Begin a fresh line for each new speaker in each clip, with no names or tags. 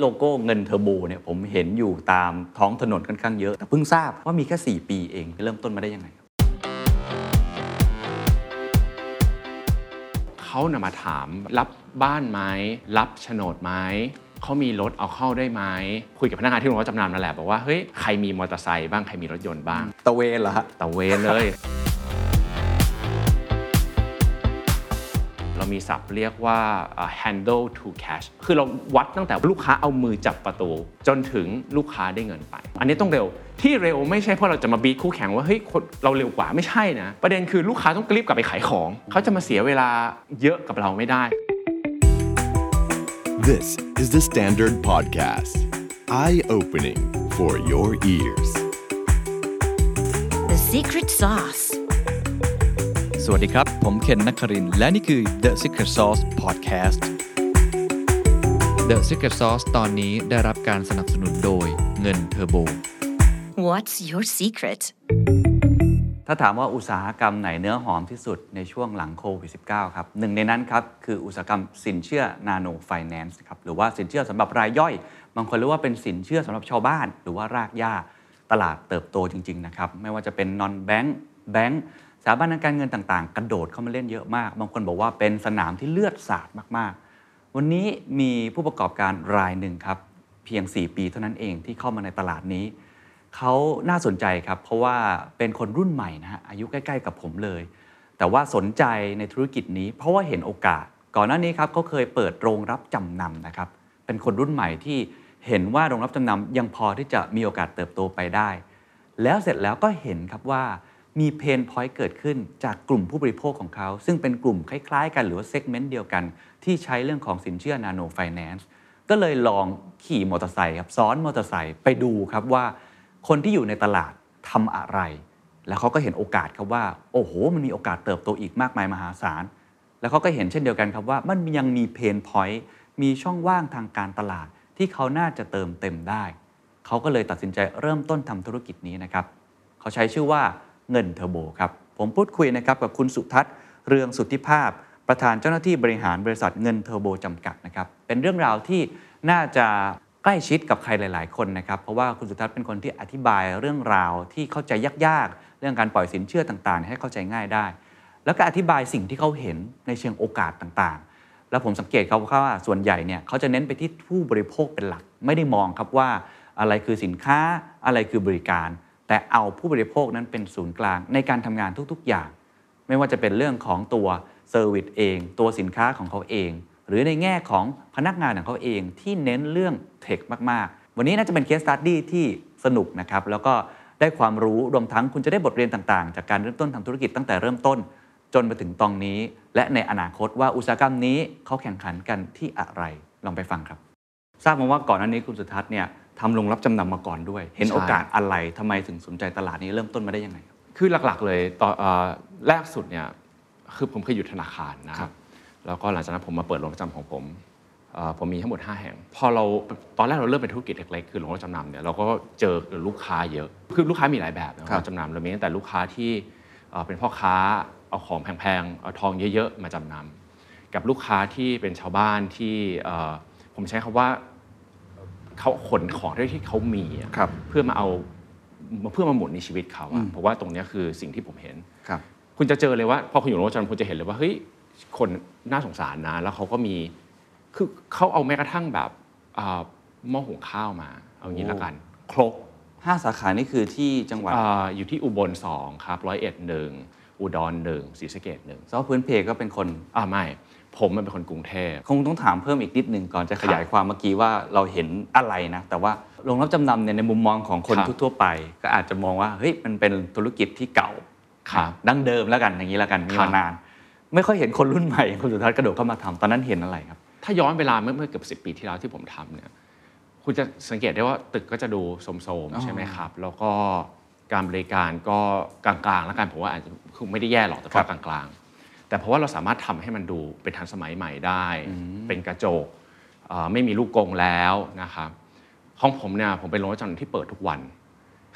โลโก้เงินเทอร์โบเนี่ยผมเห็นอยู่ตามท้องถนนค่อนข้างเยอะ แต่เพิ่งทราบว่ามีแค่ 4 ปีเองเริ่มต้นมาได้ยังไงครับ
เขานะมาถามรับบ้านไหมรับโฉนดไหมเขามีรถเอาเข้าได้ไหมคุยกับพนักงานที่โรงรับจำนำนั่นแหละบอกว่าเฮ้ยใครมีมอเตอร์ไซค์บ้างใครมีรถยนต์บ้าง
ตะเวนเหรอฮะ
ตะเวนเลย เรามีศัพท์เรียกว่าเอ่อ handle to cash คือเราวัดตั้งแต่ลูกค้าเอามือจับประตู จนถึงลูกค้าได้เงินไป อันนี้ต้องเร็วที่เร็วไม่ใช่เพราะเราจะมาบีทคู่แข่งว่าเฮ้ยคนเราเร็วกว่าไม่ใช่นะ ประเด็นคือลูกค้าต้องรีบกลับไปขายของ เขาจะมาเสียเวลาเยอะกับเราไม่ได้
This is the Standard Podcast. Eye opening for your ears.
The secret sauce.
สวัสดีครับ ผมเคนนักครินทร์และนี่คือ The Secret Sauce Podcast The Secret Sauce ตอนนี้ได้รับการสนับสนุนโดยเงินเทอร์โบ
What's your secret?
ถ้าถามว่าอุตสาหกรรมไหนเนื้อหอมที่สุดในช่วงหลังโควิด -19 ครับหนึ่งในนั้นครับ คืออุตสาหกรรมสินเชื่อนาโนไฟแนนซ์ครับหรือว่าสินเชื่อสำหรับรายย่อย บางคนเรียกว่าเป็นสินเชื่อสำหรับชาวบ้าน หรือว่ารากหญ้าตลาดเติบโตจริงๆนะครับไม่ว่าจะเป็นนอนแบงค์แบงค์ สถาบันทางการเงินต่างๆ กระโดดเข้ามาเล่นเยอะมาก บางคนบอกว่าเป็นสนามที่เลือดสาดมากๆ วันนี้มีผู้ประกอบการรายหนึ่งครับ เพียง 4 ปีเท่านั้นเองที่เข้ามาในตลาดนี้ เขาน่าสนใจครับ เพราะว่าเป็นคนรุ่นใหม่นะฮะอายุใกล้ๆกับผมเลย แต่ว่าสนใจในธุรกิจนี้ เพราะว่าเห็นโอกาส ก่อนหน้านี้ครับเขาเคยเปิดโรงรับจำนำนะครับ เป็นคนรุ่นใหม่ที่เห็นว่าโรงรับจำนำยังพอที่จะมีโอกาสเติบโตไปได้ แล้วเสร็จแล้วก็เห็นครับว่ามีเพนพอยต์เกิดขึ้นจากกลุ่มผู้บริโภคของเขา ซึ่งเป็นกลุ่มคล้ายๆ กันหรือว่าเซกเมนต์เดียวกัน ที่ใช้เรื่องของสินเชื่อนาโนไฟแนนซ์ก็เลยลองขี่มอเตอร์ไซค์ครับซ้อนมอเตอร์ไซค์ไปดูครับว่า คนที่อยู่ในตลาดทำอะไร แล้วเขาก็เห็นโอกาสครับว่า โอ้โห มันมีโอกาสเติบโตอีกมากมายมหาศาล แล้วเขาก็เห็นเช่นเดียวกันครับว่ามันยังมีเพนพอยต์มีช่องว่างทางการตลาด ที่เขาน่าจะเติมเต็มได้ เขาก็เลยตัดสินใจเริ่มต้นทำธุรกิจนี้นะครับ เขาใช้ชื่อว่าเงินเทอร์โบครับ ผมพูดคุยนะครับกับคุณสุทัศน์เรืองสุทธิภาพ ประธานเจ้าหน้าที่บริหารบริษัทเงินเทอร์โบจำกัดนะครับ เป็นเรื่องราวที่น่าจะใกล้ชิดกับใครหลาย ๆ คนนะครับ เพราะว่าคุณสุทัศน์เป็นคนที่อธิบายเรื่องราวที่เข้าใจยาก ๆ เรื่องการปล่อยสินเชื่อต่าง ๆ ให้เข้าใจง่ายได้ แล้วก็อธิบายสิ่งที่เขาเห็นในเชิงโอกาสต่าง ๆ แล้วผมสังเกตเขาว่าส่วนใหญ่เนี่ยเขาจะเน้นไปที่ผู้บริโภคเป็นหลัก ไม่ได้มองครับว่าอะไรคือสินค้าอะไรคือบริการ แต่เอาผู้บริโภคนั้นเป็นศูนย์กลางในการทำงานทุก ๆ อย่าง ไม่ว่าจะเป็นเรื่องของตัวเซอร์วิสเอง ตัวสินค้าของเขาเอง หรือในแง่ของพนักงานของเขาเองที่เน้นเรื่องเทคมาก ๆ วันนี้น่าจะเป็นเคสสตัดดี้ที่สนุกนะครับ แล้วก็ได้ความรู้รวมทั้งคุณจะได้บทเรียนต่างๆ จากการเริ่มต้นทำธุรกิจตั้งแต่เริ่มต้น จนมาถึงตอนนี้ และในอนาคตว่าอุตสาหกรรมนี้เขาแข่งขันกันที่อะไรลองไปฟังครับ ทราบมาว่าก่อนหน้านี้คุณสุทัศน์เนี่ยทำลงรับจำนำมาก่อนด้วย เห็น
ใช่
โอกาสอะไรทำไมถึงสนใจตลาดนี้เริ่มต้นมาได้ยังไงครับ
คือหลักๆเลยตอนเอ่อแรกสุดเนี่ยคือผมเคยอยู่ธนาคารนะค
ครั
รับบ แล้วก็หลังจากนั้นผมมาเปิดโรงรับจำของผมเอ่อผมมีทั้งหมด 5 แห่ง พอเราตอนแรกเราเริ่มเป็นธุรกิจเล็กๆคือโรงรับจำนำเนี่ยเราก็เจอกับลูกค้าเยอะคือลูกค้ามีหลายแบบนะโรงรับจำนำเรามีตั้งแต่ลูกค้าที่เอ่อเป็นพ่อค้าเอาของแพงๆเอาทองเยอะๆมาจำนำกับลูกค้าที่เป็นชาวบ้านที่เอ่อผมใช้คำว่าเขาขนของด้วยที่เขามีอะ
ครับ
เพื่อมาเอาเพื่อมาหมุนในชีวิตเขา
อื
อะ
ม
เพราะว่าตรงเนี้ยคือสิ่งที่ผมเห็น
ครับ
คุณจะเจอเลยว่าพอคุณอยู่โรงจำนำคุณจะเห็นเลยว่าเฮ้ยคนน่าสงสารนะ แล้วเขาก็มีคือเขาเอาแม้กระทั่งแบบอ่าหม้อหุงข้าวมา เอางี้ละกันครก
ห้าสาขานี่คือที่จังหวัด
อ่าอยู่ที่อุบลสองครับร้อยเอ็ดหนึ่งอุดรหนึ่งศรีสะเกดหนึ่ง
ซอฟต์พื้นเพก็เป็นคน
อ่าไม่ ผมมันเป็นคนกรุงเทพ
คงต้องถามเพิ่มอีกนิดหนึ่งก่อนจะ
ค
ข
รับ
ยายความเมื่อกี้ว่าเราเห็นอะไรนะ แต่ว่าโรงรับจำนำเนี่ยในมุมมองของคน
ครับ
ทั่วๆไป ก็อาจจะมองว่าเฮ้ยมันเป็นธุรกิจที่เก่า
ครับ
ดั้งเดิมแล้วกันอย่างนี้แล้วกันมี
ครั
มา
บ
นาน ไม่ค่อยเห็นคนรุ่นใหม่คนสุดท้ายกระโดดเข้ามาทำตอนนั้นเห็นอะไรครับ
ถ้าย้อนเวลาเมื่อเมื่อเกือบสิปีที่แล้วที่ผมทำเนี่ยคุณจะสังเกตได้ว่าตึกก็จะดูโสม
อ๋
ๆ
อ
ใช่ไหมครับ แล้วก็การบริการก็กลางๆ แล้วกันผมว่าอาจจะคือไม่ได้แย่หรอกแต่ก็กลางๆ แต่เพราะว่าเราสามารถทำให้มันดูเป็นทันสมัยใหม่ได้ เป็นกระจกเอ่อไม่มีลูกกรงแล้วนะครับของผมเนี่ยผมเป็นโรงจำนำที่เปิดทุกวัน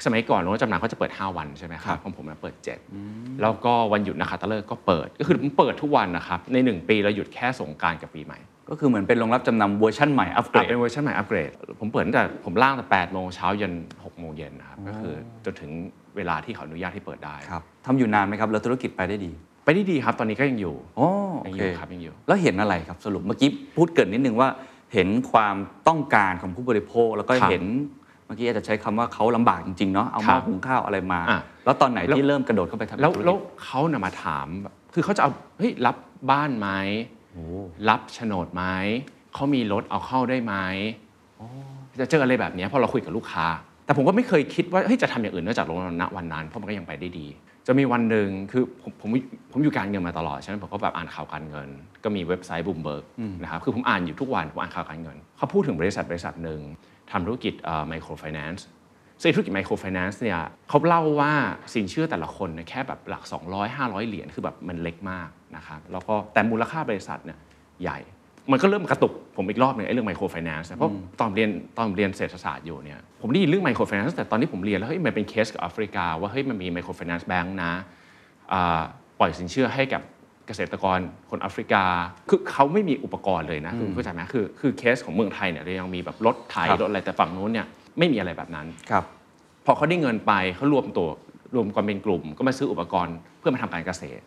สมัยก่อนโรงรับจำนำเขาจะเปิด 5 วันใช่ไหมครับของผมนะเปิด 7 แล้วก็วันหยุดนะคะตะเลิกษ์ก็เปิด ก็คือผมเปิดทุกวันนะครับในหนึ่งปีเราหยุดแค่สงกรารกับปีใหม่
ก็คือเหมือนเป็นโรงรับจำนำเวอร์ชั่นใหม่อัปเกรด
อ่ะเป็นเวอร์ชันใหม่อัปเกรด ผมเปิดตั้งแต่ผมล่างแต่8โมงเช้ายัน6โมงเย็นนะครับ ก็คือจนถึงเวลาที่เขาอนุญาตให้เปิดได้
ครับทำอยู่นานไหมครับแล้วธุรกิจไปได้ดี
ไปได้ดีครับ ตอนนี้ก็ยังอยู่
โอ้
ยั
โอง
อ
เค
ยู่ครับยังอยู่
แล้วเห็นอะไรครับสรุปเมื่อกี้พูดเกรินนิดนึงว่า เห็นความต้องการของผู้บริโภค แล้วก็
ครับ
เห็นเมื่อกี้อาจจะใช้คำว่าเขาลำบากจริงๆเนาะเอาห
ครั
ม้อบ หุงข้าวอะไรมา
อ่ะ
แล้วตอนไหน
แล้ว
ที่เริ่มกระโดดเข้าไปทำ
แล้ว
ธุรกิจ
แล้วเขานะมาถามแบบคือเขาจะเอาเฮ้ยรับบ้านไหมรับโฉนดไหมเขามีรถเอาเข้าได้ไหมจะเจออะไรแบบเนี้ยพอเราคุยกับลูกค้า แต่ผมก็ไม่เคยคิดว่าเฮ้ยจะทำอย่างอื่นนอกจากโรงแรมณวันนั้นเพราะมันก็ยังไปได้ดี จะมีวันหนึ่งคือผมผมผมอยู่การเงินมาตลอดฉะนั้นผมก็แบบอ่านข่าวการเงิน ก็มีเว็บไซต์บูมเบิร์กนะครับคือผมอ่านอยู่ทุกวันผมอ่านข่าวการเงินเขาพูดถึงบริษัทบริษัทหนึ่งทำธุรกิจไมโครไฟแนนซ์ ซึ่งธุรกิจไมโครไฟแนนซ์เนี่ยเขาเล่าว่าสินเชื่อแต่ละคนเนี่ยแค่แบบหลัก 200 500 เหรียญคือแบบมันเล็กมากนะครับแล้วก็แต่มูลค่าบริษัทเนี่ยใหญ่ มันก็เริ่มกระตุกผมอีกรอบหนึงไอ้เรื่องไมโครไฟแนนซ์เพราะตอนเรียนตอนเรียนเศรษฐศาสตร์อยู่เนี่ยผมได้ยินเรื่องไมโครไฟแนนซ์แต่ตอนที่ผมเรียนแล้วเฮ้ยมันเป็นเคสกับแอฟริกา ว่าเฮ้ยมันมีไมโครไฟแนนซ์แบงค์นะอ่าปล่อยสินเชื่อให้กับเกษตรกรคนแอฟริกาคือเขาไม่มีอุปกรณ์เลยนะคือเข้าใจไหมคือคือเคสของเมืองไทยเนี่ยเรายังมีแบบรถไถรถอะไรแต่ฝั่งนู้นเนี่ยไม่มีอะไรแบบนั้น
ครับ
พอเขาได้เงินไปเขารวมตัวรวมกันเป็นกลุ่ม ก็มาซื้ออุปกรณ์เพื่อมาทำการเกษตร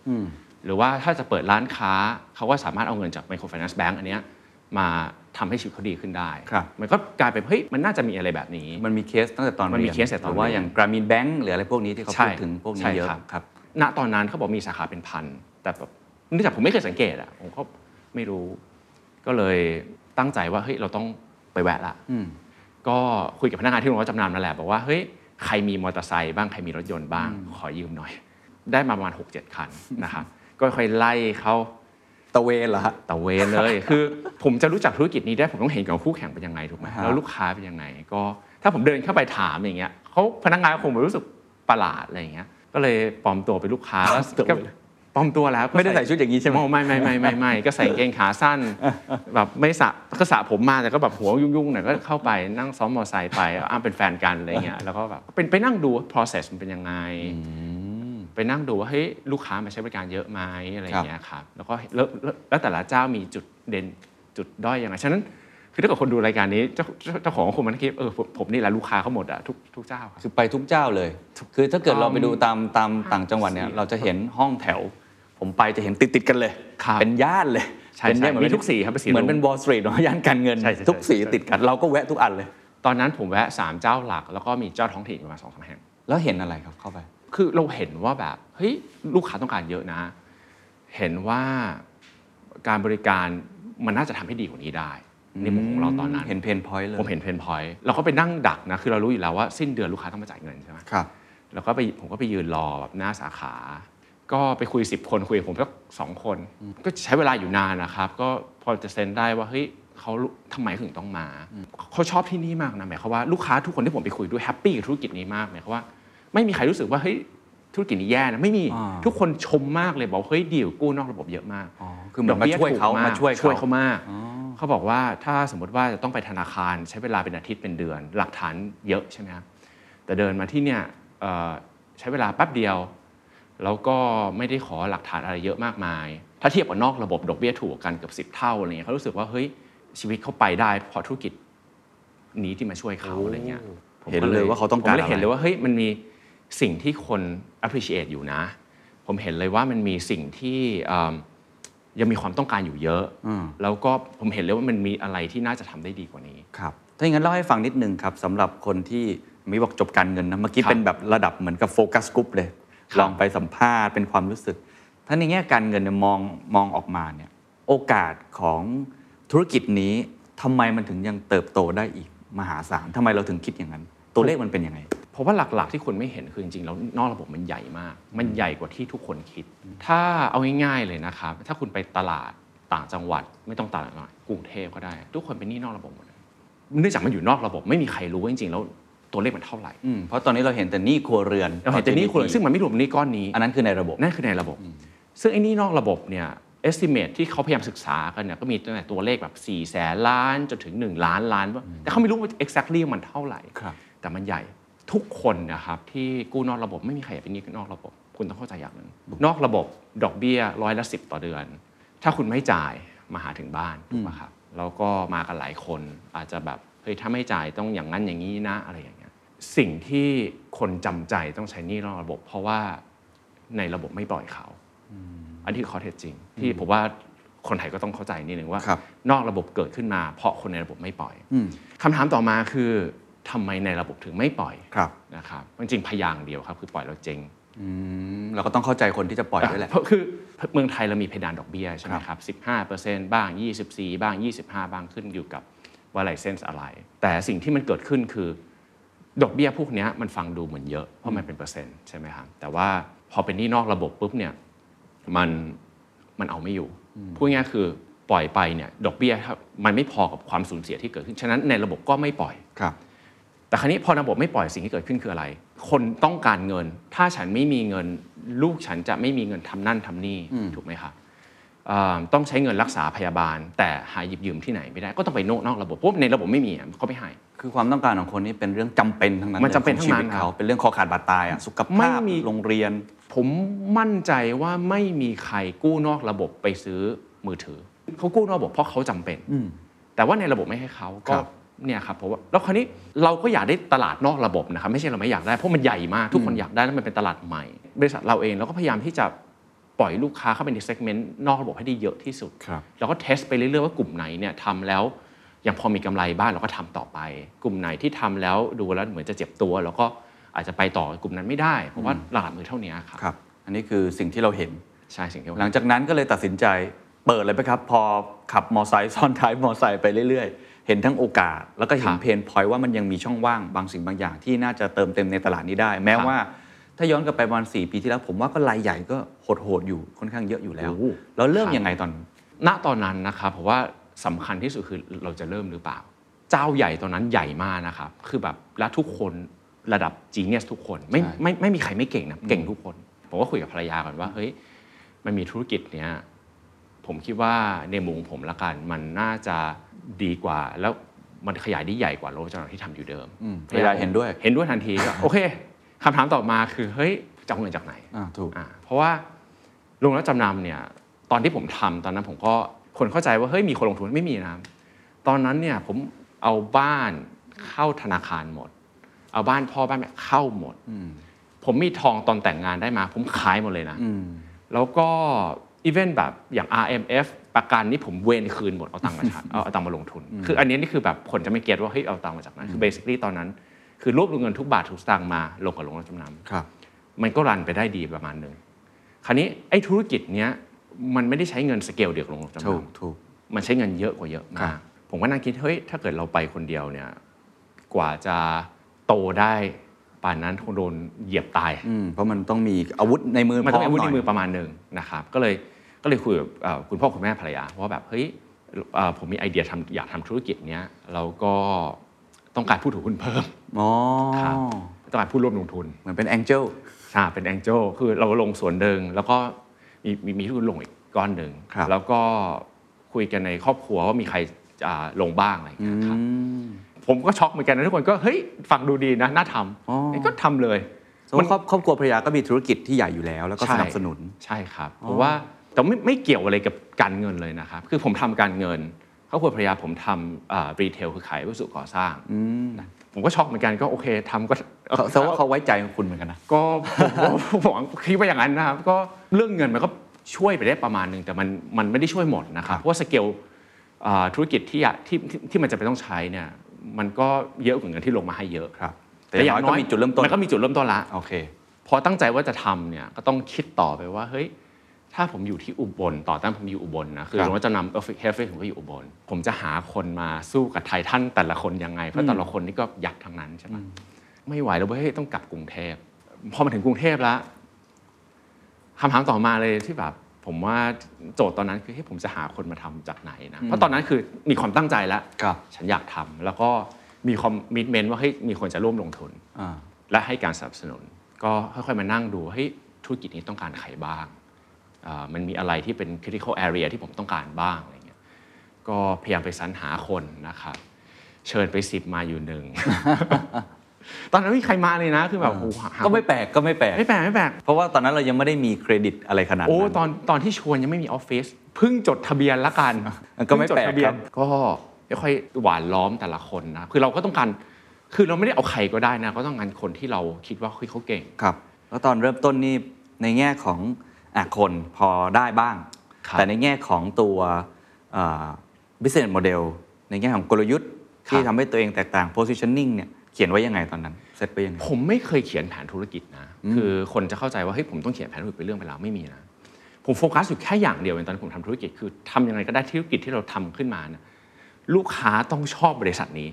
หรือว่าถ้าจะเปิดร้านค้าเขาก็สามารถเอาเงินจาก Micro Finance Bank อันเนี้ยมาทำให้ชีวิตเขาดีขึ้นได้
ครับ
มันก็กลายเป็นเฮ้ยมันน่าจะมีอะไรแบบนี้
มันมีเคสตั้งแต่ตอน
มันมี
รีย
เคสตั้งแต่ตอน
หรือว่า
เรีย
อ
น
ย่างกรามีนแบง n ์หรืออะไรพวกนี้ที่เขา
ใช่
พูดถึงพวกนี้
ใช่
เยอะ
ครับ
ครับ
ณตอนนั้นเขาบอกมีสาขาเป็นพัน แต่แบบเนื่องจากผมไม่เคยสังเกตอะผมก็ไม่รู้ ก็เลยตั้งใจว่าเฮ้ยเราต้องไปแวะละ
อืม
ก็คุยกับพนักงานที่โรงรับจำนำนั่นแหละบอกว่าเฮ้ยใครมีมอเตอร์ไซค์บ้างใครมีรถยนต์บ้าง ขอยืมหน่อย ได้มาประมาณ 6-7 คันนะครับก็ค่อยไล่เขา
ตะเวนเหรอฮะ
ตะเวนเลย คือผมจะรู้จักธุรกิจนี้ได้ผมต้องเห็นกับคู่แข่งเป็นยังไงถูกไหม
ฮะ
แล้วลูกค้าเป็นยังไง ก็ถ้าผมเดินเข้าไปถามอย่างเงี้ยเขาพนักงานคงแบบรู้สึกประหลาดอะไรอย่างเงี้ย ก็เลยปลอมตัวเป็นลูก ค้าแล้วก็ปลอมตัวแล้วก็
ไม่ได้ใส่ชุดอย่างนี้ใช่ไหม
ไม่ไม่ไม่ไม่ไม่ก็ใส่กางเกงขา สั้น แบบไม่สระก็สระผมมาแต่ก็แบบหัวยุ่งๆหน่อยก็เข้าไปนั่งซ้อมมอเตอร์ไซค์ไปอ้ามเป็นแฟนกันอะไรเงี้ยแล้วก็แบบเป็นไปนั่งดูว่า process มันเป็นยังไงไปนั่งดูว่าเฮ้ยลูกค้ามาใช้บริการเยอะไหมอะไรเงี้ยครับแล้วก็แล้วแล้วแล้วแต่ละเจ้ามีจุดเด่นจุดด้อยยังไงฉะนั้นคือถ้าเกิดคนดูรายการนี้เจ้าเจ้าเจ้าของคงมันคิดเออผมผมนี่แหละลูกค้าเขาหมดอะทุกทุกเจ้าครับ
คือไปทุกเจ้าเลย คือถ้าเกิดเราไปดูตามตามต่างจังหวัดเนี่ย
ห้าสิบ
เราจะเห็นห้องแถว ผมไปจะเห็นติดติดๆกันเลย
ครับ
เป็นย่านเลย
ใช่
เป็นย่าน
ใช่มีทุกสีครับเป็นสี
เหมือน
รุ้ง
เป็นวอลสตรีทเนาะย่านการเงิน
ใช่ใช่
ทุกสี
ใช่
ติดกัน เราก็แวะทุกอันเลย
ตอนนั้นผมแวะสามเจ้าหลัก แล้วก็มีเจ้าท้องถิ่นประมาณสองสามแห่ง
แล้วเห็นอะไรครับเข้าไป
คือเราเห็นว่าแบบเฮ้ยลูกค้าต้องการเยอะนะ เห็นว่าการบริการมันน่าจะทำให้ดีกว่านี้ได้ในมุมของเราตอนนั้น
เห็นเพนพอยต์เลย
ผมเห็นเพนพอยต์เราก็ไปนั่งดักนะ คือเรารู้อยู่แล้วว่าสิ้นเดือนลูกค้าต้องมาจ่ายเงินใช่ไหม
ครับ
แล้วก็ไปผมก็ไปยืนรอแบบหน้าสาขา ก็ไปคุย 10 คนคุยกับผมสักสองคน ก็ใช้เวลาอยู่นานนะครับ ก็พอจะเซ็นได้ว่าเฮ้ยเขาทำไมถึงต้องมาเขาชอบที่นี่มากนะหมายความว่าลูกค้าทุกคนที่ผมไปคุยด้วยแฮปปี้กับธุรกิจนี้มากหมายความว่า ไม่มีใครรู้สึกว่าเฮ้ยธุรกิจนี้แย่นะไม่มี
อ่า
ทุกคนชมมากเลยบอกเฮ้ยดีลกู้นอกระบบเยอะมาก
อ๋อคือเหมือนมา
ดกบี้
ช่วยเขา
ถูกก
มาช่วย
ช่วย
เขา
เขามากเขาบอกว่าถ้าสมมติว่าจะต้องไปธนาคารใช้เวลาเป็นอาทิตย์เป็นเดือน หลักฐานเยอะใช่ไหมครับแต่เดินมาที่เนี่ยเอ่อใช้เวลาแป๊บเดียว แล้วก็ไม่ได้ขอหลักฐานอะไรเยอะมากมาย ถ้าเทียบกับนอกระบบดอกเบี้ยถูกกว่ากันเกือบสิบเท่าอะไรเงี้ยเขารู้สึกว่าเฮ้ยชีวิตเขาไปได้เพราะธุรกิจนี้ที่มาช่วยเขาอะไรเงี้ยผมก็
เห็นเลยว่าเขาต้องการ
ผมเลยเห็น
อะไร
เลยว่าเฮ้ยมันมีสิ่งที่คน appreciate อยู่นะ ผมเห็นเลยว่ามันมีสิ่งที่เอิ่มยังมีความต้องการอยู่เยอะ แล้วก็ผมเห็นเลยว่ามันมีอะไรที่น่าจะทำได้ดีกว่านี้
ครับถ้าอย่างนั้นเล่าให้ฟังนิดนึงครับสำหรับคนที่มีบอกจบการเงินนะเมื่อกี้
ครับ
เป็นแบบระดับเหมือนกับโฟกัสกลุ่มเลย
ครับ
ลองไปสัมภาษณ์เป็นความรู้สึก ถ้าในแง่การเงินเนี่ยมองมองออกมาเนี่ยโอกาสของธุรกิจนี้ทำไมมันถึงยังเติบโตได้อีกมหาศาลทำไมเราถึงคิดอย่างนั้น ตัวเลขมันเป็นยังไง
เพราะว่าหลักๆที่คนไม่เห็นคือจริงๆแล้วนอกระบบมันใหญ่มาก มันใหญ่กว่าที่ทุกคนคิด ถ้าเอาง่ายๆเลยนะครับ ถ้าคุณไปตลาดต่างจังหวัดไม่ต้องต่างจังหวัดกรุงเทพก็ได้ ทุกคนเป็นหนี้นอกระบบหมดเลยเนื่องจากมันอยู่นอกระบบไม่มีใครรู้ว่าจริงๆแล้วตัวเลขมันเท่าไหร่
อืมเพราะตอนนี้เราเห็นแต่หนี้ครัวเรือน
เราเห็นแต่หนี้คนอื่นซึ่งมันไม่รวมหนี้ก้อนนี้
อันนั้นคือในระบบ
นั่นคือในระบบ ซึ่งไอ้หนี่นอกระบบเนี่ย estimate ที่เขาพยายามศึกษากันเนี่ยก็มีตั้งแต่ตัวเลขแบบ4แสนล้านจนถึง 1 ล้านล้านว่าแต่เขาไม่รู้ว่า exactly มันเท่าไหร่
ครับ
แต่มันใหญ่ ทุกคนนะครับที่กู้นอกระบบไม่มีใครอยากเป็นหนี้นอกระบบ คุณต้องเข้าใจอย่างหนึ่งนอกระบบดอกเบี้ยร้อยละสิต่อเดือน ถ้าคุณไม่จ่ายมาหาถึงบ้านถูกไหมครับแล้วก็มากันหลายคนอาจจะแบบเฮ้ยถ้าไม่จ่ายต้องอย่างนั้นอย่างนี้นะอะไรอย่างเงี้ยสิ่งที่คนจำใจต้องใช้หนี้นอกระบบ เพราะว่าในระบบไม่ปล่อยเขา อันที่ข้อเท็จจริง ที่ผมว่าคนไทยก็ต้องเข้าใจนิดนึงว่า
ครับ
นอกระบบเกิดขึ้นมาเพราะคนในระบบไม่ปล่อย
อืม
คำถามต่อมาคือทำไมในระบบถึงไม่ปล่อย
ครับ
นะครับจริงๆพยางค์เดียวครับคือปล่อยแล้วเจ๊ง
อืมเราก็ต้องเข้าใจคนที่จะปล่อยด้วยแหละ
เพราะคือเมืองไทยเรามีเพดานดอกเบี้ยใช่ไห
ค
ม
รับ
ครับ 15 บ้าง 24 บ้าง 25 บ้างขึ้นอยู่กับว่าไลเซนส์อะไร แต่สิ่งที่มันเกิดขึ้นคือ ดอกเบี้ยพวกเนี้ยมันฟังดูเหมือนเยอะเพราะมันเป็นเปอร์เซ็นต์ใช่ไหมครับแต่ว่าพอเป็นหนี้นอกระบบปุ๊บเนี่ยมันมันเอาไม่อยู่พูดง่ายๆคือปล่อยไปเนี่ยดอกเบี้ยครับมันไม่พอกับความสูญเสียที่เกิดขึ้นฉะนั้นในระบบก็ไม่ปล่อย
ครับ
แต่ครั้นี้พอระบบไม่ปล่อยสิ่งที่เกิดขึ้นคืออะไร คนต้องการเงิน ถ้าฉันไม่มีเงิน ลูกฉันจะไม่มีเงินทำนั่นทำนี่ถูกไหมครับอ่าต้องใช้เงินรักษาพยาบาล แต่หาหยิบยืมที่ไหนไม่ได้ก็ต้องไปโนนอกระบบปุ๊บในระบบไม่มีอ่ะก็ไม่ให้
คือความต้องการของคนนี้เป็นเรื่องจำเป็นทั้งนั้น
มันจำเป็น
ลยข
ทั้
อง ชี
นั้น
วิตเขา
ครับ
เป็นเรื่องคอขาดบาดตายอะสุข
ไม่
ภาพ
มี
โรงเรียน
ผมมั่นใจว่าไม่มีใครกู้นอกระบบไปซื้อมือถือ เขากู้นอกระบบเพราะเขาจำเป็น
อืม
แต่ว่าในระบบไม่ให้เขาก็
ครับ
เนี่ยครับเพราะว่าแล้วคราวนี้เราก็อยากได้ตลาดนอกระบบนะครับไม่ใช่เราไม่อยากได้เพราะมันใหญ่มากทุกคนอยากได้แล้วมันเป็นตลาดใหม่ บริษัทเราเองเราก็พยายามที่จะปล่อยลูกค้าเข้าไปในเซกเมนต์นอกระบบให้ได้เยอะที่สุด
ครับ
แล้วก็เทสไปเรื่อยๆว่ากลุ่มไหนเนี่ยทำแล้วยังพอมีกำไรบ้างเราก็ทำต่อไป กลุ่มไหนที่ทำแล้วดูแล้วเหมือนจะเจ็บตัว แล้วก็อาจจะไปต่อกลุ่มนั้นไม่ได้เพราะว่าตลาดมือเท่านี้ครับ
ครับ อันนี้คือสิ่งที่เราเห็น
ใช่สิ่งที่
หลังจากนั้นก็เลยตัดสินใจเปิดเลยไปครับ พอขับมอไซค์ซ้อนท้ายมอไซค์ไปเรื่อยๆ เห็นทั้งโอกาส แล้วก็เห็นเพนพอยต์ว่ามันยังมีช่องว่างบางสิ่งบางอย่างที่น่าจะเติมเต็มในตลาดนี้ได้ แม้ว่าถ้าย้อนกลับไปประมาณ4ปีที่แล้ว ผมว่าก็รายใหญ่ก็โหดๆอยู่ค่อนข้างเยอะอยู่แล้ว แล้วเริ่มยังไงตอน
ณตอนนั้นนะครับเพราะว่าสำคัญที่สุดคือเราจะเริ่มหรือเปล่า เจ้าใหญ่ตอนนั้นใหญ่มากนะครับ คือแบบและทุกคนระดับจีเนียสทุกคนไม่
ใช่
ไม่ไม่มีใครไม่เก่งนะเก่งทุกคน ผมก็คุยกับภรรยาก่อนว่าเฮ้ยมันมีธุรกิจเนี้ยผมคิดว่าในมุมผมละกันมันน่าจะดีกว่า แล้วมันขยายได้ใหญ่กว่าโลกจำนวนที่ทำอยู่เดิม
อืมภรรยาเห็นด้วย
เห็นด้วยทันทีก็ โอเคคำถามต่อมาคือเฮ้ยจะเอาเงินจากไหน
อ่าถูก
อ่าเพราะว่าโรงรับจำนำเนี่ยตอนที่ผมทำตอนนั้นผมก็คนเข้าใจว่าเฮ้ยมีคนลงทุนไม่มีนะตอนนั้นเนี่ยผมเอาบ้านเข้าธนาคารหมด เอาบ้านพ่อบ้านแม่เข้าหมด
อืม
ผมมีทองตอนแต่งงานได้มา ผมขายหมดเลยนะ
อืม
แล้วก็อีเวนต์แบบอย่าง RMF ประกันนี่ผมเวนคืนหมดเอาตังค์มา ใช้ เอาเอาตังค์มาลงทุน คืออันนี้นี่คือแบบคนจะไม่เก็ตว่าเฮ้ยเอาตังค์มาจากไหนคือเบสิค a l ีตอนนั้น คือรวบรวมเงินทุกบาททุกสตางค์มาลงกับโรงรับจำนำ
ครับ
มันก็รันไปได้ดีประมาณหนึ่ง คราวนี้ไอ้ธุรกิจเนี้ยมันไม่ได้ใช้เงินสเกลเดียวกับโรงจำน
ถูกถูก
ำมันใช้เงินเยอะกว่าเยอะ
ครั
มาก
บ
ผมก็นั่งคิดเฮ้ยถ้าเกิดเราไปคนเดียวเนี่ยกว่าจะโตได้ป่านนั้นคงโดนเหยียบตาย
อืมเพราะมันต้องมีอาวุธในมือ
มันต้องมีอาวุธ
พร้
ใน
หย
มือประมาณหนึ่งนะครับก็เลยก็เลยคุยกับเอ่อคุณพ่อคุณแม่ภรรยาว่าแบบเฮ้ยเอ่อผมมีไอเดียทำอยากทำธุรกิจเนี้ยแล้วก็ต้องการผู้ถือหุ้นเพิ่ม
อ๋อ
ครับ ต้องการผู้ร่วมลงทุน
เหมือนเป็นแองเจล
ใช่เป็นแองเจิลคือเราลงส่วนหนึ่งแล้วก็มีมีมีทุนลงอีกก้อนหนึ่ง
ครับ
แล้วก็คุยกันในครอบครัวว่ามีใครจะลงบ้างอะไรอย่างเงี้ยครับผมก็ช็อกเหมือนกันนะทุกคนก็เฮ้ยฟังดูดีนะน่าทำก็ทำเลย
สมมติครอบครอบครัวภรรยาก็มีธุรกิจที่ใหญ่อยู่แล้ว แล้วก็
ใช่
สนับสนุน
ใช่ครับเพราะว่าแต่ไม่ไม่เกี่ยวอะไรกับการเงินเลยนะครับ คือผมทำการเงินครอบครัวภรรยาผมทำรีเทลคือขายวัสดุก่อสร้างนะผมก็ช็อกเหมือนกันก็โอเคทำก็
เขาแสดงว่าเขาไว้ใจคุณเหมือนกันนะ
ก็ผมผมคิดว่าอย่างนั้นนะครับ ก็เรื่องเงินมันก็ช่วยไปได้ประมาณหนึ่งแต่มันมันไม่ได้ช่วยหมดนะครับ เพราะว่าสเกลอ่าธุรกิจที่อะที่ที่ที่มันจะไปนต้องใช้เนี่ยมันก็เยอะกว่าเงินที่ลงมาให้เยอะ
ครับแต่อย่างน้อยก็มีจุดเริ่มต้น
มันก็มีจุดเริ่มต้นละ
โอเค
พอตั้งใจว่าจะทำเนี่ยก็ต้องคิดต่อไปว่าเฮ้ยถ้าผมอยู่ที่อุบลต่อต้านผมอยู่อุบลนะคือ
ครับ
ผมว่าจะนำเอฟเฮฟผมก็อยู่อุบลผมจะหาคนมาสู้กับไททันแต่ละคนยังไงเพราะแต่ละคนนี่ก็ยักษ์ทั้งนั้นใช่ไหม ไม่ไหวแล้วเว้ยต้องกลับกรุงเทพพอมาถึงกรุงเทพแล้วคำถามต่อมาเลยที่แบบผมว่าโจทย์ตอนนั้นคือให้ยผมจะหาคนมาทำจากไหนนะเพราะตอนนั้นคือมีความตั้งใจแล้ว
ครับ
ฉันอยากทำแล้วก็มีคอมมิชเมนต์ว่าเฮ้ยมีคนจะร่วมลงทุน
อ่า
และให้การสนับสนุน ก็ค่อยๆมานั่งดูเฮ้ยธุรกิจนี้ต้องการใครบ้างอ่ามันมีอะไรที่เป็น critical area ที่ผมต้องการบ้างอะไรเงี้ย ก็พยายามไปสรรหาคนนะครับ เชิญไปสิบมาอยู่หนึ่ง ตอนนั้นไม่มีใครมาเลยนะ คือแบบโอ้โหหา
ก็ไม่แปลกก็ไม่แปลก
ไม่แปลกไม่แปลก
เพราะว่าตอนนั้นเรายังไม่ได้มีเครดิตอะไรขนาด
โอ้
นั้น
ตอนตอนที่ชวนยังไม่มีออฟฟิศเพิ่งจดทะเบียนละกัน
ก็ไม่
เพิ่งจด
แปลก
ทะเบีย
ครั
น
บ
ก็ไม่ค่อยหวานล้อมแต่ละคนนะคือเราก็ต้องการคือเราไม่ได้เอาใครก็ได้นะ ก็ต้องการคนที่เราคิดว่าเฮ้ยเขาเก่ง
ครับ แล้วตอนเริ่มต้นนี่ในแง่ของอะคนพอได้บ้าง
ครับ
แต่ในแง่ของตัวเอ่อ business model ในแง่ของกลยุทธ์
ครับ
ที่ทำให้ตัวเองแตกต่าง positioning เนี่ยเขียนไว้ยังไงตอนนั้น เซตไว้ยังไง
ผมไม่เคยเขียนแผนธุรกิจนะ คือคนจะเข้าใจว่าเฮ้ยผมต้องเขียนแผนธุรกิจเป็นเรื่องเป็นราวไม่มีนะ ผมโฟกัสอยู่แค่อย่างเดียวในตอนที่ผมทำธุรกิจคือทำยังไงก็ได้ธุรกิจที่เราทำขึ้นมาเนี่ยลูกค้าต้องชอบบริษัทนี้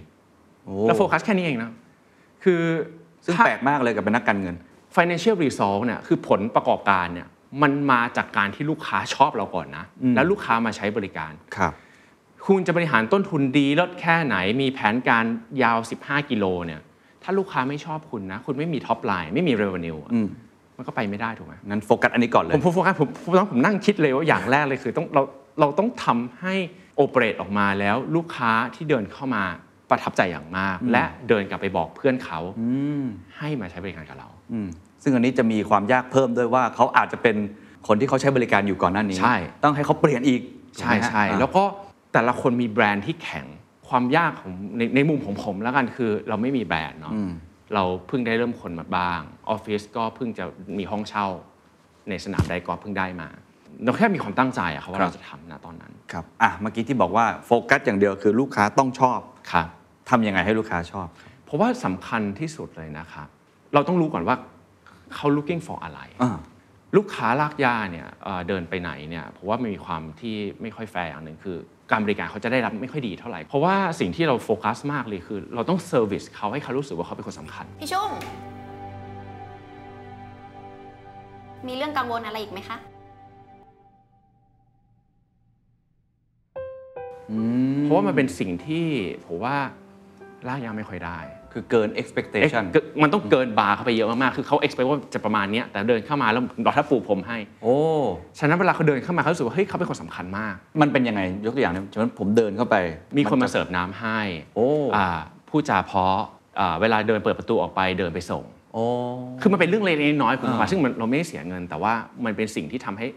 โอ้
แล้วโฟกัสแค่นี้เองนะ คือ
ซึ่ง
ถ้า
แปลกมากเลยกับเป็นนักการเงิน
financial result เนี่ยคือผลประกอบการเนี่ยมันมาจากการที่ลูกค้าชอบเราก่อนนะ
อืม
แล้วลูกค้ามาใช้บริการ
ครับ
คุณจะบริหารต้นทุนดีลดแค่ไหนมีแผนการยาว 15 กิโลเนี่ยถ้าลูกค้าไม่ชอบคุณนะ คุณไม่มีท็อปไลน์ไม่มี revenue อะ
อืม
มันก็ไปไม่ได้ถูกไหม
นั้นโฟกัสอันนี้ก่อนเล
ผ
ย
มผมโฟกัสผมผมผมผมนั่งคิดเลยว่าอย่างแรกเลยคือต้องเราเราต้องทำให้โอเปเรตออกมาแล้วลูกค้าที่เดินเข้ามาประทับใจอย่างมาก และเดินกลับไปบอกเพื่อนเขา
อืม
ให้มาใช้บริการกับเรา
อืมซึ่งอันนี้จะมีความยากเพิ่มด้วยว่าเขาอาจจะเป็นคนที่เขาใช้บริการอยู่ก่อนหน้านี้
ใช่
ต้องให้เขาเปลี่ยนอีก
ใช่
ถูกไหมฮะ
ใช่
อ่า
แล้วก็แต่ละคนมีแบรนด์ที่แข็งความยากของในในมุมของผมแล้วกันคือเราไม่มีแบรนด์เนาะ
อืม
เราเพิ่งได้เริ่มคนมาบ้างออฟฟิศก็เพิ่งจะมีห้องเช่า ในสนามไดกอล์ฟเพิ่งได้มาเราแค่มีความตั้งใจอะครับว่าเราจะทำนะตอนนั้น
ครับอ่ะเมื่อกี้ที่บอกว่าโฟกัสอย่างเดียวคือลูกค้าต้องชอบ
ครับ
ทำยังไงให้ลูกค้าชอบ
เพราะว่าสำคัญที่สุดเลยนะครับเราต้องรู้ก่อนว่าเขา looking for อะไร
อ่า
ลูกค้าลากย่าเนี่ยเอ่อเดินไปไหนเนี่ยผมว่ามันมีความที่ไม่ค่อยแฟร์อย่างหนึ่งคือ การบริการเขาจะได้รับไม่ค่อยดีเท่าไหร่ เพราะว่าสิ่งที่เราโฟกัสมากเลยคือ เราต้องเซอร์วิสเขาให้เขารู้สึกว่าเขาเป็นคนสำคัญ
พี่ชุ่ม มีเรื่องกังวลอะไรอีกไหมคะ
เพราะว่ามันเป็นสิ่งที่ผมว่าลากย่าไม่ค่อยได้
คือเกิน
เอ๊ะ
expectation
เกิดมันต้องเกินบาร์เข้าไปเยอะมากๆคือเขา expect ว่าจะประมาณเนี้ยแต่เดินเข้ามาแล้วดอกถ้าปูผมให้
โอ้
ฉะนั้นเวลาเขาเดินเข้ามาเขารู้สึกว่าเฮ้ยเขาเป็นคนสำคัญมาก
มันเป็นยังไง ยกตัวอย่างนะฉะนั้นผมเดินเข้าไป
มีคนมา
จะ
เสิร์ฟน้ำให้
โอ้
อ่าผู้จาเพราะอ่าเวลาเดินเปิดประตูออกไปเดินไปส่ง
โอ้
คือมันเป็นเรื่องเล็กๆน้อยๆคุณ
อ่า
ผู้ชมซึ่งมันเราไม่ได้เสียเงิน แต่ว่ามันเป็นสิ่งที่ทำให้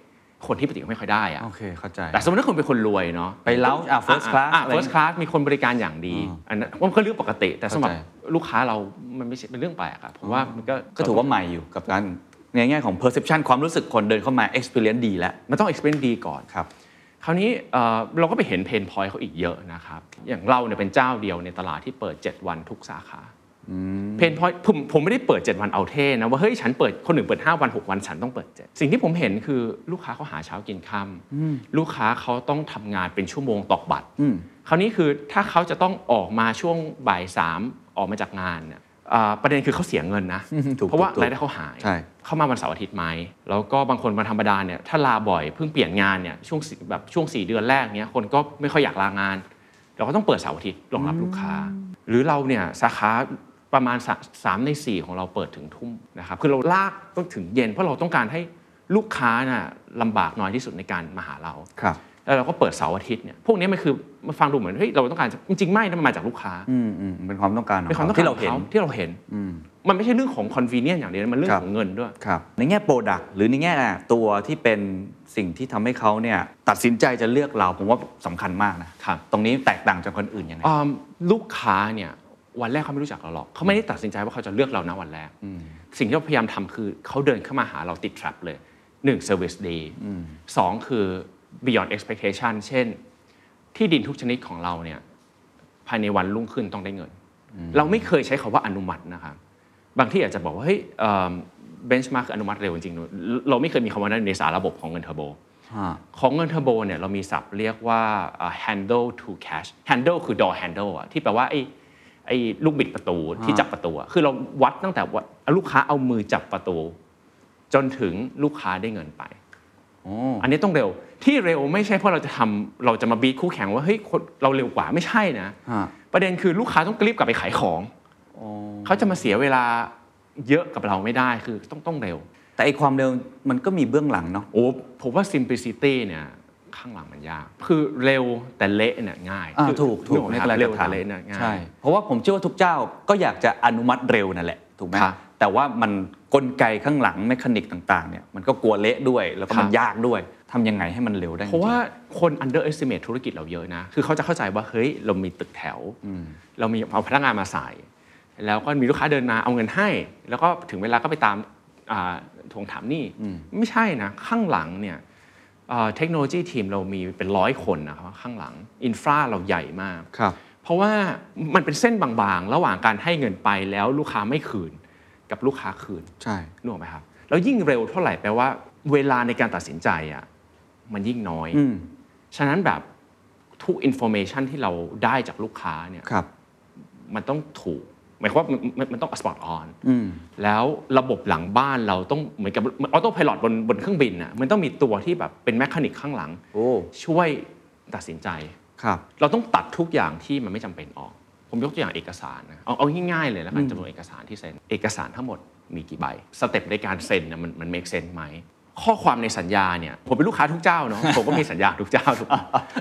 คนที่ปกติเขาไม่ค่อยได้อะ
โอเค เข้าใจ
แต่สมมติถ้าคุณเป็นคนรวยเนาะ
ไป lounge อ่ะ first class
อ่ะ
อะไร
first class มีคนบริการอย่างดี
อ่า
อันนั้นมันก็เรื่องปกติ แต่สำหรับ
เข้าใจ
ลูกค้าเรามันไม่ใช่เป็นเรื่องแปลกอะผมว่ามันก็
ก็ถือว่าใหม่อยู่กับการในแง่ของ perception ความรู้สึกคนเดินเข้ามา experience ดีแล้ว
มันต้อง experience ดีก่อน
ครับ
คราวนี้เอ่อเราก็ไปเห็นเพนพอยเขาอีกเยอะนะครับ อย่างเราเนี่ยเป็นเจ้าเดียวในตลาดที่เปิด 7 วันทุกสาขาเพนพอยผมผมไม่ได้เปิด 7 วันเอาเท่นะว่าเฮ้ยฉันเปิดคนหนึ่งเปิด 5 วัน 6 วันฉันต้องเปิด 7 สิ่งที่ผมเห็นคือลูกค้าเขาหาเช้ากินค่ำลูกค้าเขาต้องทำงานเป็นชั่วโมงตอกบัตร
อืม
คราวนี้คือถ้าเขาจะต้องออกมาช่วงบ่ายสามออกมาจากงานเนี่ยอ่าประเด็นคือเขาเสียเงินนะ
อืมถูก
เพราะว่า
ถูกถูก
รายได้เขาหาย
ใช่
เข้ามาวันเสาร์อาทิตย์ไหมแล้วก็บางคนวันธรรมดาเนี่ยถ้าลาบ่อยเพิ่งเปลี่ยนงานเนี่ยช่วงสี่แบบช่วง 4 เดือนแรกเนี่ยคนก็ไม่ค่อยอยากลางาน เราก็ต้องเปิดเสาร์อาทิตย์รองรับลูกค้า หรือเราเนี่ยสาขาประมาณสาสามใน 4 ของเราเปิดถึงทุ่มนะครับคือเราลากต้องถึงเย็นเพราะเราต้องการให้ลูกค้าน่ะลำบากน้อยที่สุดในการมาหาเรา
ครับ
แล้วเราก็เปิดเสาร์อาทิตย์เนี่ย พวกนี้มันคือมันฟังดูเหมือนเฮ้ยเราต้องการจะจริงๆไม่นะมันมาจากลูกค้า
อืมอืมเป็นความต้องการข
เป็นความ
ข
ต้องการ
ที่เราเห็น
ของขที่เราเห็น
อืม
มันไม่ใช่เรื่องของ convenience อย่างเดียวนะมันเรื่อ
ค
ง
รับ
ของเงินด้วย
ครับ ในแง่ Product หรือในแง่ตัวที่เป็นสิ่งที่ทำให้เขาเนี่ยตัดสินใจจะเลือกเราผมว่าสำคัญมากนะครับ ตรงนี้แตกต่างจากคนอื่นยังไง
อ่าลูกค้าเนี่ยวันแรกเขาไม่รู้จักเราหรอกเขาไม่ได้ตัดสินใจว่าเขาจะเลือกเรานะวันแรก สิ่งที่เราพยายามทำคือเขาเดินเข้ามาหาเราติด trap เลยหนึ่ง service day สองคือ beyond expectation เช่น ที่ดินทุกชนิดของเราเนี่ยภายในวันรุ่งขึ้นต้องได้เงิน เราไม่เคยใช้คาว่าอนุมัตินะครับบางที่อาจจะบอกว่าเฮ้ยเบนช์มาร์กอนุมัติเร็วจริงๆเราไม่เคยมีคำว่านั้นในสารระบบของเงินเทอร์โบ ของเงินเทอร์โบเนี่ยเรามีศัพท์เรียกว่าอ่า handle to cash handle คือ door handle อะที่แปลว่าไอ้ไอ้ลูกบิดประตูที่จับประตูอะคือเราวัดตั้งแต่ว่าลูกค้าเอามือจับประตู จนถึงลูกค้าได้เงินไป อันนี้ต้องเร็วที่เร็วไม่ใช่เพราะเราจะทำเราจะมาบีทคู่แข่งว่าเฮ้ยคนเราเร็วกว่าไม่ใช่นะ
ฮะ
ประเด็นคือลูกค้าต้องรีบกลับไปขายของเขาจะมาเสียเวลาเยอะกับเราไม่ได้คือต้องต้องเร็ว
แต่ไอความเร็วมันก็มีเบื้องหลังเนาะ
โอ้ผมว่า simplicity เนี่ย ข้างหลังมันยาก คือเร็วแต่เละเนี่ยง่าย
อ่า
คือ
ถูกถูก
นึ
ใน
ออไหมค
กา
รับ
ร
เร็ว
กระ
แต่
ทำ
เละเนี่ยง่าย
ใช่เพราะว่าผมเชื่อว่าทุกเจ้าก็อยากจะอนุมัติเร็วนั่นแหละถูกไหม
ครับ
แต่ว่ามันกลไกข้างหลังเมคานิกต่างๆเนี่ยมันก็กลัวเละด้วยแล้วก็มัน
ครับ
ยากด้วยทำยังไงให้มันเร็วได้จงๆ
เพราะว่าคน underestimate ธุรกิจเราเยอะนะ คือเขาจะเข้าใจว่า เฮ้ย เรามีตึกแถว
อืม
เรามีเอาพนักงานมาใส่ แล้วก็มีลูกค้าเดินมาเอาเงินให้ แล้วก็ถึงเวลาก็ไปตามอ่าทวงถามหนี้
อืม
ไม่ใช่นะ ข้างหลังเนี่ยเอ่อเทคโนโลยีทีมเรามีเป็นร้อยคนนะครับข้างหลังอินฟราเราใหญ่มาก
ครับ
เพราะว่ามันเป็นเส้นบางๆ ระหว่างการให้เงินไปแล้วลูกค้าไม่คืน กับลูกค้าคืน
ใช่
นึกออกไหมครับ แล้วยิ่งเร็วเท่าไหร่แปลว่า เวลาในการตัดสินใจอ่ะมันยิ่งน้อย
อืม
ฉะนั้นแบบทุกอินโฟเมชันที่เราได้จากลูกค้าเนี่ย
ครับ
มันต้องถูก หมายความว่ามันมันมันต้อง spot on
อืม
แล้วระบบหลังบ้านเราต้องเหมือนกับออโต้พายโบนบนเครื่องบินน่ะมันต้องมีตัวที่แบบเป็นแมคานิกข้างหลัง
โอ้
ช่วยตัดสินใจ
ครับ
เราต้องตัดทุกอย่างที่มันไม่จำเป็นออก ผมยกตัวอย่างเอกสารนะเอาเอาง่ายๆเลยแล้วกันจำนวนเอกสารที่เซ็น เอกสารทั้งหมดมีกี่ใบ สเต็ปในการเซ็นนะมันมัน make sense ไหม ข้อความในสัญญาเนี่ย ผมเป็นลูกค้าทุกเจ้าเนาะ ผมก็มีสัญญาทุกเจ้าถูกไหม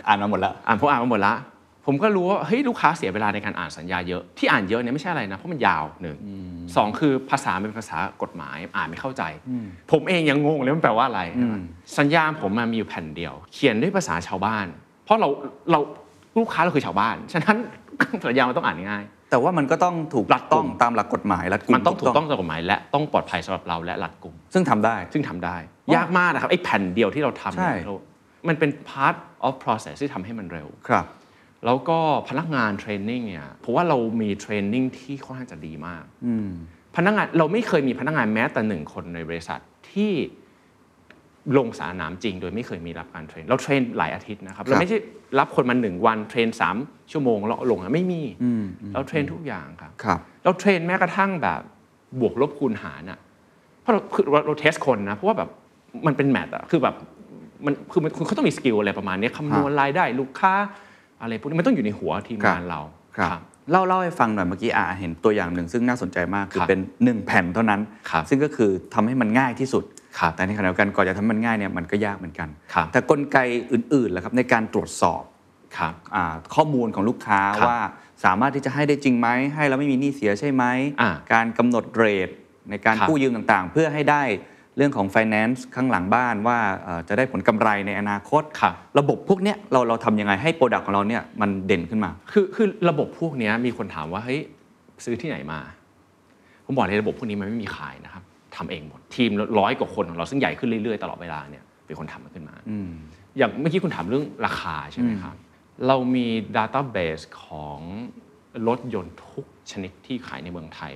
อ่านมาหมดแล้ว
อ่านผมอ่านมาหมดละ ผมก็รู้ว่าเฮ้ยลูกค้าเสียเวลาในการอ่านสัญญาเยอะ ที่อ่านเยอะเนี่ยไม่ใช่อะไรนะ เพราะมันยาวหนึ่งสองคือภาษาเป็นภาษากฎหมายอ่านไม่เข้าใจ ผมเองยังงงเลยมันแปลว่าอะไรนะ
อืม
สัญญาผมมันมีอยู่แผ่นเดียว เขียนด้วยภาษาชาวบ้าน เพราะเราเราลูกค้าเราคือชาวบ้าน ฉะนั้น สัญญามันต้องอ่านง่าย
แต่ว่ามันก็ต้องถูก
รัดกุม
ต้องตามหลักกฎหมายรัดกุม
มันต้องถูกต้องตามกฎหมายและต้องปลอดภัยสำหรับเราและรัดกุม
ซึ่งทำได้
ซึ่งทำได้ ยากมากนะครับไอ้แผ่นเดียวที่เราทำ
ใช่
เนี่ยเรามันเป็น part of process ที่ทำให้มันเร็ว
ครับ
แล้วก็พนักงานเทรนนิ่งเนี่ยผมว่าเรามีเทรนนิ่งที่ค่อนข้างจะดีมาก
อืม
พนักงานเราไม่เคยมีพนักงานแม้แต่หนึ่งคนในบริษัทที่ลงสนามจริง โดยไม่เคยมีรับการเทรน เราเทรนหลายอาทิตย์นะครับ เราไม่ใช่รับคนมาหนึ่งวันเทรนสามชั่วโมงแล้วลงอะไม่มี
อืมอืม
เราเทรนทุกอย่างครับ
ครับ
เราเทรนแม้กระทั่งแบบบวกลบคูณหารน่ะเพราะเราคือเราเราเทสคนนะ เพราะว่าแบบมันเป็นแมทอะคือแบบมันคือมันคุณเขาต้องมีสกิลอะไรประมาณเนี้ยคำนวณรายได้ลูกค้าอะไรพวกนี้มันต้องอยู่ในหัวทีมงานเรา
ครับเล่าเล่าให้ฟังหน่อยเมื่อกี้อาเห็นตัวอย่างหนึ่งซึ่งน่าสนใจมาก คือ
ครับ
เป็น 1 แผ่นเท่านั้น
ครับ
ซึ่งก็คือทำให้มันง่ายที่สุด
ครับ
แต่ในขณะเดียวกันก่อนจะทำให้มันง่ายเนี่ยมันก็ยากเหมือนกัน
ครับ
แต่กลไกอื่นๆล่ะครับในการตรวจสอบ
ครับ
อาข้อมูลของลูกค้า
ครับ
ว่าสามารถที่จะให้ได้จริงไหมให้แล้วไม่มีหนี้เสียใช่ไหม
อ่า
การกำหนดเรทในการ
ครับ
กู้ยืมต่างๆ เพื่อให้ได้เรื่องของ finance ข้างหลังบ้านว่าเอ่อจะได้ผลกำไรในอนาคต
ครับ
ระบบพวกเนี้ยเราเราทำยังไงให้โปรดักต์ของเราเนี่ยมันเด่นขึ้นมา
คือคือระบบพวกเนี้ยมีคนถามว่าเฮ้ยซื้อที่ไหนมา ผมบอกเลยระบบพวกนี้มันไม่มีขายนะครับทำเองหมด ทีมร้อยกว่าคนของเราซึ่งใหญ่ขึ้นเรื่อยๆ ตลอดเวลาเนี่ยเป็นคนทำมันขึ้นมา
อืม
อย่างเมื่อกี้คุณถามเรื่องราคาใช่ไหมครับ เรามีดัตต้าเบสของรถยนต์ทุกชนิดที่ขายในเมืองไทย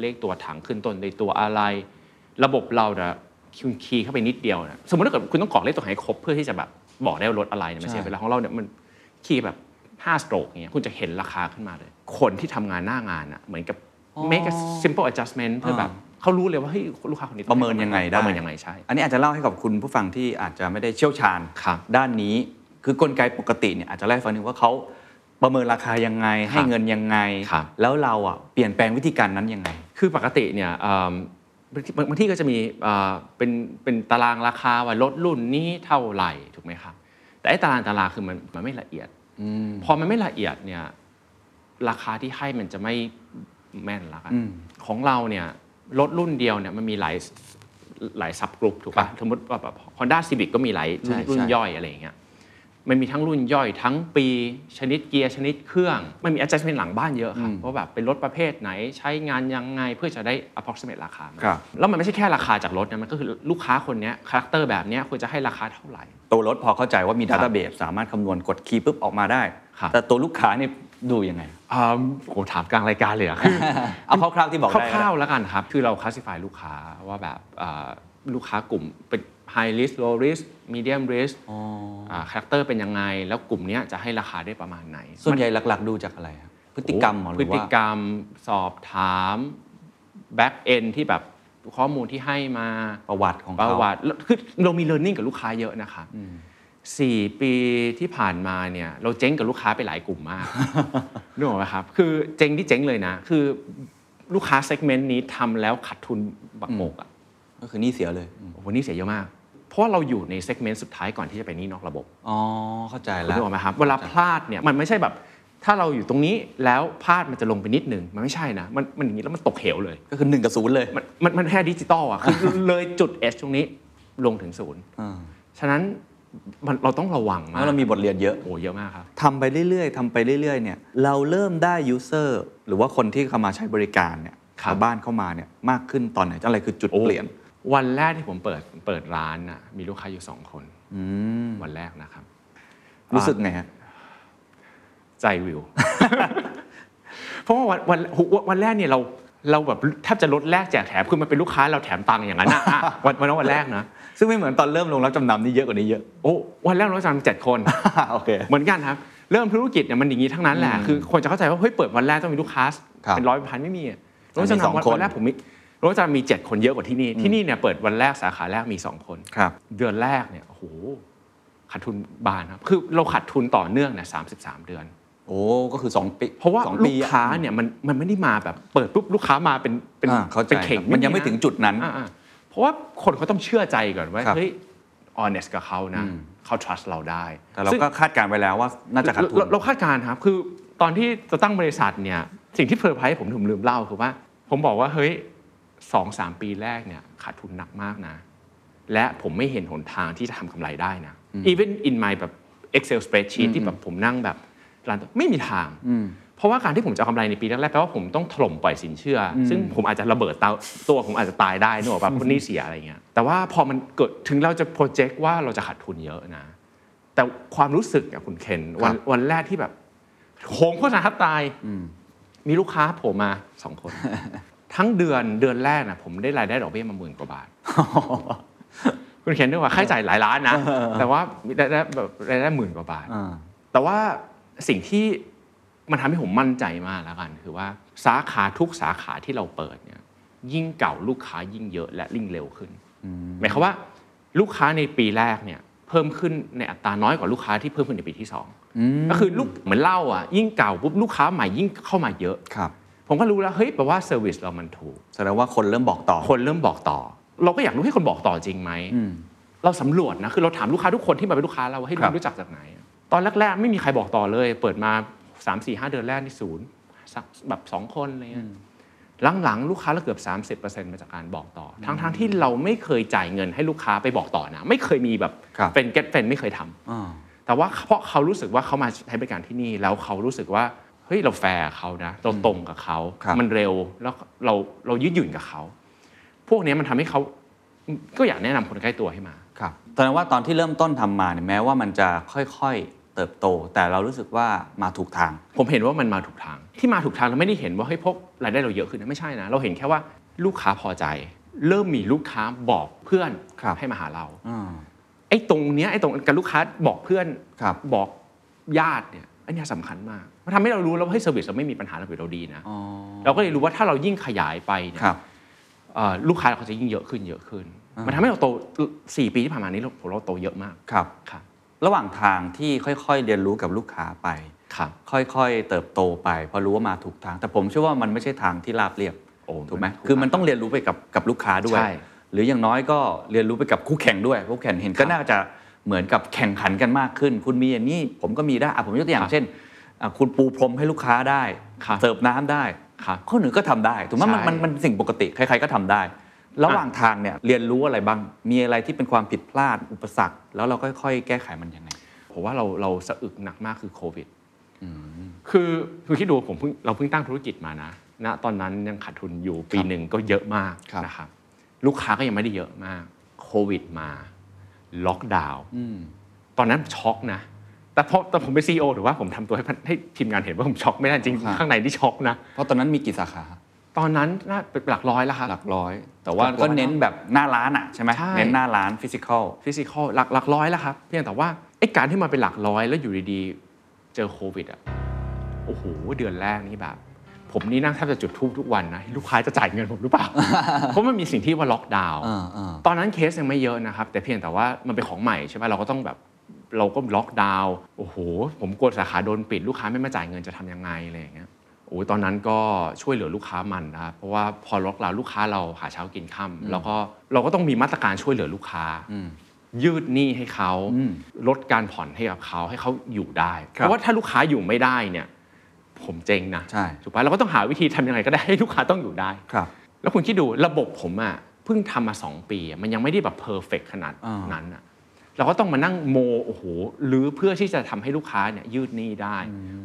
เลขตัวถังขึ้นต้นในตัวอะไร ระบบเราเนี่ยคุณคีย์เข้าไปนิดเดียวนะสมมติถ้าเกิดคุณต้องกรอกเลขตัวถังให้ครบเพื่อที่จะแบบบอกได้ว่ารถอะไรเนี่ยมัน
ใช่
เสียเวลาของเราเนี่ยมันคีย์แบบ5สโตรกเงี้ยคุณจะเห็นราคาขึ้นมาเลย คนที่ทำงานหน้างานอ่ะเหมือนกับ make a simple adjustment เพื่อแบบเขารู้เลยว่าเฮ้ยลูกค้าคนนี้ต้อ
ประเมินยังไงได้
ประเมินยังไงใช่
อันนี้อาจจะเล่าให้กับคุณผู้ฟังที่อาจจะไม่ได้เชี่ยวชาญ
ครับ
ด้านนี้ คือกลไกปกติเนี่ยอาจจะเล่าให้ฟังหนึงว่าเขาประเมินราคายังไง ให้เงินยังไง
ครับ
แล้วเราอ่ะเปลี่ยนแปลงวิธีการนั้นยังไง
คือปกติเนี่ยเอิ่มบางทีบางที่ก็จะมีเอ่อเป็นเป็นตารางราคาว่ารถรุ่นนี้เท่าไหร่ถูกไหมครับ แต่ไอ้ตารางตารางคือมันมันไม่ละเอียดพอมันไม่ละเอียดเนี่ยราคาที่ให้มันจะไม่แม่นละกัน
อืม
ของเราเนี่ยรถรุ่นเดียวเนี่ยมันมีหลายหลายซับกลุ่มถูก
ค
ปะ
รับ
สมมติว่าแบบฮอนด้าซีบิกก็มีหลายรุ่น
ใช่
รุ่น
ใช่
ย่อยอะไรอย่างเงี้ย มันมีทั้งรุ่นย่อยทั้งปีชนิดเกียร์ชนิดเครื่อง มันมี adjustment หลังบ้านเยอะครับว่าแบบเป็นรถประเภทไหนใช้งานยังไงเพื่อจะได้ approximate ราคามา
ครับ
แล้วมันไม่ใช่แค่ราคาจากรถนะมันก็คือลูกค้าคนเนี้คาแรคเตอร์แบบเนี้ยควรจะให้ราคาเท่าไหร่
ตัวรถพอเข้าใจว่ามีดัตต้าเบสสามารถคำนวณกดคีย์ปุ๊บออกมาได้
ครับ
แต่ตัวลูกค้าเนี่ยดูยังไง
อ่าผมถามกลางรายการเลยอะคือ
เอาคร่าวๆที่บอกได้
คร่าวๆแล้วกัน ครับ คือเราค l าส s ิฟายลูกค้าว่าแบบอ่าลูกค้ากลุ่มเป็น high risk low risk medium risk
อ๋อ
คาแรคเตอร์เป็นยังไง แล้วกลุ่มเนี้ยจะให้ราคาได้ประมาณไหน
ส่วนใหญ่หลักๆ ดูจากอะไรครับพฤติกรรมเหรอห
พฤ
รือ
ติ
ว่าก
รรมสอบถามแบ็กเอนที่แบบข้อมูลที่ให้มา
ประวัติของ
ป
เขา
ระวัติแล้วคือเรามีเลิร์นนิ่งกับลูกค้าเยอะนะคะสี่ปีที่ผ่านมาเนี่ยเราเจ๊งกับลูกค้าไปหลายกลุ่ม มาก นึกออกไหมครับ คือเจ๊งที่เจ๊งเลยนะ คือลูกค้าเซกเมนต์นี้ทำแล้วขาดทุนบักหมกอ่ะ
ก็คือหนี่เสียเลยอืม
โอ้โหนี่เสียเยอะมาก เพราะว่าเราอยู่ในเซกเมนต์สุดท้ายก่อนที่จะไปหนี่นอกระบบ
อ๋อเข้าใจ
คุณ
แล้ว
นึกออกไหมครับเวลาพลาดเนี่ยมันไม่ใช่แบบ ถ้าเราอยู่ตรงนี้แล้วพลาดมันจะลงไปนิดนึง มันไม่ใช่นะ มันมันอย่างนี้แล้วมันตกเหวเลย
ก็คือ1กับ0เลย
มันมันมันแค่ดิจิตอล อ่ะ คือเลยจุด S ตรงนี้ลงถึงศูนย์
อ่า
ฉะนั้นมันเราต้องระวัง
เพ
มาก
ราะเรามีบทเรียนเยอะ
โอ้เยอะมากครับ
ทำไปเรื่อยๆ ทำไปเรื่อยๆ เนี่ย เราเริ่มได้ยูเซอร์หรือว่าคนที่เข้ามาใช้บริการเนี่ย
ครับ
ชาวบ้านเข้ามาเนี่ยมากขึ้นตอนไหน อะไรคือจุด
โอ้
เปลี่ยน
วันแรกที่ผมเปิดเปิดร้านน่ะมีลูกค้าอยู่สองคน
อืม
วันแรกนะครับ
รู้สึกไงฮะ
ใจวิว เพราะว่าวันวันวันแรกเนี่ยเราเราแบบแทบจะลดแลกแจกแถมคือมันเป็นลูกค้าเราแถมตังค์อย่างนั้นนะอ่ะวันวันนั้นวันแรกนะ
ซึ่งไม่เหมือนตอนเริ่มลงรับจำนำนี่เยอะกว่านี้เยอะ
โอ้วันแรกเราจำเจ็ดคน
โอเค
เหมือนกันครับ เริ่มธุรกิจเนี่ยมันอย่างนี้ทั้งนั้นแหละ
อืม
คือคนจะเข้าใจว่า เฮ้ย เปิดวันแรกต้องมีลูกค้า
ครับ
เป็นร้อยพันไม่มีอะ
มันมี
โรงจำ
สอง
นำวัน
คน
วันแรกผมมีโรงจำนำมีเจ็ดคนเยอะกว่าที่นี่
อืม
ที่นี่เนี่ยเปิดวันแรกสาขาแรกมีสองคน
ครับ
เดือนแรกเนี่ยโอ้โหขาดทุนบานครับ คือเราขาดทุนต่อเนื่องเนี่ยสามสิบสามเดือน
โอ้ก็คือ 2 ปี
เพราะว่า
สอง
ลู
ปี
ก
อะ
ค้าเนี่ยมันมันไม่ได้มาแบบเปิดปุ๊บลูกค้ามาเป็นเป็น
อ่าเข้าใจ
เป็นเข่ง
ครับมันยังไม่
ะ
ถึงจุดนั้น
อ่าๆเพราะว่าคนเขาต้องเชื่อใจก่อนว่า
ครับ
เฮ้ย honest กับเขานะ
อืม
เขา trust เราได้
แต่เรา
ซึ่ง
ก็คาดการณ์ไว้แล้วว่าน่าจะขาดทุน
เรเราคาดการณ์ครับ คือตอนที่จะตั้งบริษัทเนี่ย สิ่งที่เพอร์ไพรส์ผมถึงลืมเล่าคือว่า ผมบอกว่า เฮ้ยสองสามปีแรกเนี่ยขาดทุนหนักมากนะ และผมไม่เห็นหนทางที่จะทำกำไรได้นะ even in my แบบ Excel spreadsheet ที่แบบผมนั่งแบบรันไม่มีทาง เพราะว่าการที่ผมจะเอากำไรในปีแรกๆแปลว่าผมต้องถล่มปล่อยสินเชื่ออซึ่งผมอาจจะระเบิดเตาตัวผมอาจจะตายได้นึกออกป่ะคนนี้เสียอะไรเงี้ย แต่ว่าพอมันเกิดถึงเราจะโปรเจกต์ว่าเราจะขาดทุนเยอะนะ แต่ความรู้สึกอะคุณเคนวัน
ครับ
วันแรกที่แบบโหมโฆษณาทับตาย มีลูกค้าโผมมาสองคน ทั้งเดือนเดือนแรกนะผมได้รายได้ดอกเบี้ยมาหมื่นกว่าบาท คุณเคนนึกว่าค่าใช้จ่ายหลายล้าน นะ แต่ว่าได้ได้แบบรายได้หมื่นกว่าบาท
อ่า
แต่ว่าสิ่งที่มันทำให้ผมมั่นใจมากแล้วกัน คือว่าสาขาทุกสาขาที่เราเปิดเนี่ยยิ่งเก่าลูกค้ายิ่งเยอะและยิ่งเร็วขึ้นหมายความว่าลูกค้าในปีแรกเนี่ยเพิ่มขึ้นในอัตราน้อยกว่าลูกค้าที่เพิ่มขึ้นในปีที่สองก็คือลูกเหมือนเหล่าอ่ะยิ่งเก่าปุ๊บลูกค้าใหม่ยิ่งเข้ามาเยอะ
ครับ
ผมก็รู้แล้วเฮ้ยแปลว่าเซอร์วิสเรามันถูก
แสดงว่าคนเริ่มบอกต่อ
คนเริ่มบอกต่อ เราก็อยากรู้ให้คนบอกต่อจริงไหม เราสำรวจนะ คือเราถามลูกค้าทุกคนที่มาเป็นลูกค้าเราว่าให้ย
ครับ
รู้จักจากไหน ตอนแรก ๆ ไม่มีใครบอกต่อเลย เปิดมา 3 4 5 เดือนแรกนี่ศูนย์สักแบบ 2 คนอะไรเงี้ยหลัง ๆ ลูกค้าเราเกือบ 30%มาจากการบอกต่อ ทั้งๆที่เราไม่เคยจ่ายเงินให้ลูกค้าไปบอกต่อนะ ไม่เคยมีแบบ
ครับ
เป็นเก็ตเป็นไม่เคยทำ
อ่า
แต่ว่าเพราะเขารู้สึกว่าเขามาใช้บริการที่นี่แล้วเขารู้สึกว่าเฮ้ยเราแฟร์เขานะเราตรงกับเขา
ครับ
มันเร็วแล้วเราเรายืดหยุ่นกับเขา พวกเนี้ยมันทำให้เขาก็อยากแนะนำคนใกล้ตัวให้มา
ครับแสดงว่าตอนที่เริ่มต้นทำมาเนี่ยแม้ว่ามันจะค่อยๆ เติบโต แต่เรารู้สึกว่ามาถูกทาง
ผมเห็นว่ามันมาถูกทาง ที่มาถูกทางเราไม่ได้เห็นว่าเฮ้ยพวกรายได้เราเยอะขึ้นนะไม่ใช่นะ เราเห็นแค่ว่าลูกค้าพอใจ เริ่มมีลูกค้าบอกเพื่อน
ครับ
ให้มาหาเรา
อ่า
ไอ้ตรงเนี้ยไอ้ตรงการลูกค้าบอกเพื่อน
ครับ
บอกญาติเนี่ยอันเนี้ยสำคัญมากมันทำให้เรารู้แล้วว่าเฮ้ยเซอร์วิสเราไม่มีปัญหาเราเเราดีนะ
อ๋อ
เราก็เลยรู้ว่าถ้าเรายิ่งขยายไปเนี่ย
ครับ
เอ่อลูกค้าเราก็จะยิ่งเยอะขึ้นเยอะขึ้น มันทำให้เราโตสี่ปีที่ผ่านมานี้เราผมเราโตเยอะมาก
ครับ
ครับ
ระหว่างทางที่ค่อยๆ เรียนรู้กับลูกค้าไป
ครับ
ค่อยๆ เติบโตไปเพอรู้ว่ามาถูกทาง แต่ผมเชื่อว่ามันไม่ใช่ทางที่ราบเรียบ
โอ้
ถูกไหม
มันถูก
คือมันต้องเรียนรู้ไปกับกับลูกค้าด้วย
ใช่
หรืออย่างน้อยก็เรียนรู้ไปกับคู่แข่งด้วยคู่แข่งเห็นก็
ครับ
น่าจะเหมือนกับแข่งขันกันมากขึ้น คุณมีอย่างนี้ผมก็มีได้อ่ะผมยกตัวอย่าง
ครับ
เช่นอ่ะคุณปูพรมให้ลูกค้าได้
ครับ
เสิร์ฟน้ำได้
ครับ
คนอื่นก็ทำได้ถูกไหม
ใช่
มันมันมันสิ่งปกติใครๆก็ทำได้ ระหว่างทางเนี่ยเรียนรู้อะไรบ้างมีอะไรที่เป็นความผิดพลาดอุปสรรค แล้วเราค่อยๆ แก้ไขมันยังไง
ผมว่าเราเราสะอึกหนักมากคือโควิดคือคือคิดดูผมเพิ่งเราเพิ่งตั้งธุรกิจมานะณตอนนั้นยังขาดทุนอยู่ปีหนึ่งก็เยอะมาก
ครับ
นะครับลูกค้าก็ยังไม่ได้เยอะมากโควิดมาล็อกดาวน์
อืม
ตอนนั้นช็อกนะ แต่พอแต่ผมเป็นซีอหรือว่าผมทำตัวให้พนให้ทีมงานเห็นว่าผมช็อกไม่ได้จริง
ครับ
ข้างในที่ช็อกนะ
เพราะตอนนั้นมีกี่สาขา
ตอนนั้นน่าเป็นหลักร้อยแล้วครับ
หลักร้อย แต่ว่า
หลักร้อย
ก็เน้นแบบหน้าร้านอ่ะใช่ไหม
ใช่
เน้นหน้าร้านฟิสิกอล
ฟิสิกอลหลักหลักร้อยแล้วครับ เพียงแต่ว่าไอ้การที่มันเป็นหลักร้อยแล้วอยู่ดีๆ เจอโควิดอ่ะ โอ้โห เดือนแรกนี่แบบ ผมนี่นั่งแทบจะจุดทูบทุกวันนะ ลูกค้าจะจ่ายเงินผมหรือเป ล่า เพราะมันมีสิ่งที่ว่าล็อกดาวน์
อ่าอ่า
ตอนนั้นเคสยังไม่เยอะนะครับ แต่เพียงแต่ว่ามันเป็นของใหม่ใช่ไหมเราก็ต้องแบบเราก็ล็อกดาวน์ โอ้โห ผมกลัวสาขาโดนปิด ลูกค้าไม่มาจ่ายเงินจะทำยังไงอะไรอย่างเงี้ย โอ้ยตอนนั้นก็ช่วยเหลือลูกค้ามันนะครับเพราะว่าพอล็อกดาวน์ลูกค้าเราหาเช้ากินค่ำแล้วก็เราก็ต้องมีมาตรการช่วยเหลือลูกค้า ยืดหนี้ให้เขา
อืม
ลดการผ่อนให้กับเขาให้เขาอยู่ได้
ครับ
เพราะว่าถ้าลูกค้าอยู่ไม่ได้เนี่ยผมเจ๊งนะ
ใช่
ถูกปะเราก็ต้องหาวิธีทำยังไงก็ได้ ให้ลูกค้าต้องอยู่ได้
ครับ
แล้วคุณคิดดูระบบผมอะ่ะเพิ่งทำมา 2 ปีอะมันยังไม่ได้แบบเพอร์เฟกขนาด
อ่า
นั้นอะเราก็ต้องมานั่งโมโอ้โหหรือเพื่อที่จะทำให้ลูกค้าเนี่ยยืดหนี้ได้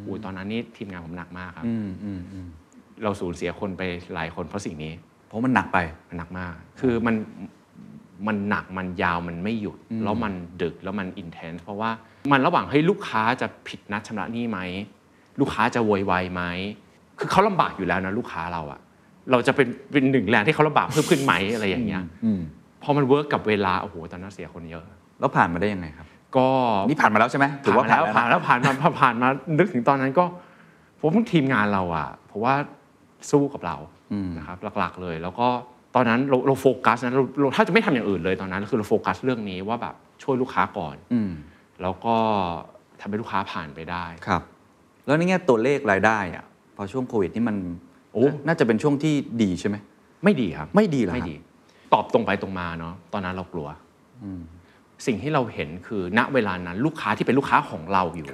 อุ้ยตอนนั้นนี่ทีมงานผมหนักมากครับ
ืมอืมอืม
เราสูญเสียคนไปหลายคนเพราะสิ่งนี้
เพราะมันหนักไป
มันหนักมาก คือมันมันหนักมันยาวมันไม่หยุด แล้วมันดึกแล้วมันอินเทนส์เพราะว่ามันระหว่างให้ยลูกค้าจะผิดนัดชำระหนี้ไหม ลูกค้าจะโวยวายไหม คือเขาลำบากอยู่แล้วนะลูกค้าเราอะเราจะเป็นเป็นหนึ่งแรงที่เขาลำบากเพิ่มขึ้นไหมอะไรอย่างเงี้ย
อืม
พอมันเวิร์กกับเวลา โอ้โห ตอนนั้นเสียคนเยอะ
แล้วผ่านมาได้ยังไงครับ
ก็
นี่ผ่านมาแล้วใช่ไหมถือว่าผ่าน
ผ่าน
แล้วนะ
แล้วผ่านมาผ่านผ่านมา นึกถึงตอนนั้นก็ผมว่าทีมงานเราอ่ะเพราะว่าสู้กับเรา
อืม
นะครับหลักๆเลย แล้วก็ตอนนั้นเราเราโฟกัสนะเราเราถ้าจะไม่ทำอย่างอื่นเลยตอนนั้น คือเราโฟกัสเรื่องนี้ว่าแบบช่วยลูกค้าก่อน
อืม
แล้วก็ทำให้ลูกค้าผ่านไปได้
ครับ แล้วในแง่ตัวเลขรายได้อะพอช่วงโควิดนี่มัน
โอ้
น่าจะเป็นช่วงที่ดีใช่ไหม
ไม่ดีครับ
ไม่ดีเหรอฮะ
ไม่ดี ตอบตรงไปตรงมาเนาะตอนนั้นเรากลัวสิ่งที่เราเห็นคือณเวลานั้นลูกค้าที่เป็นลูกค้าของเราอยู่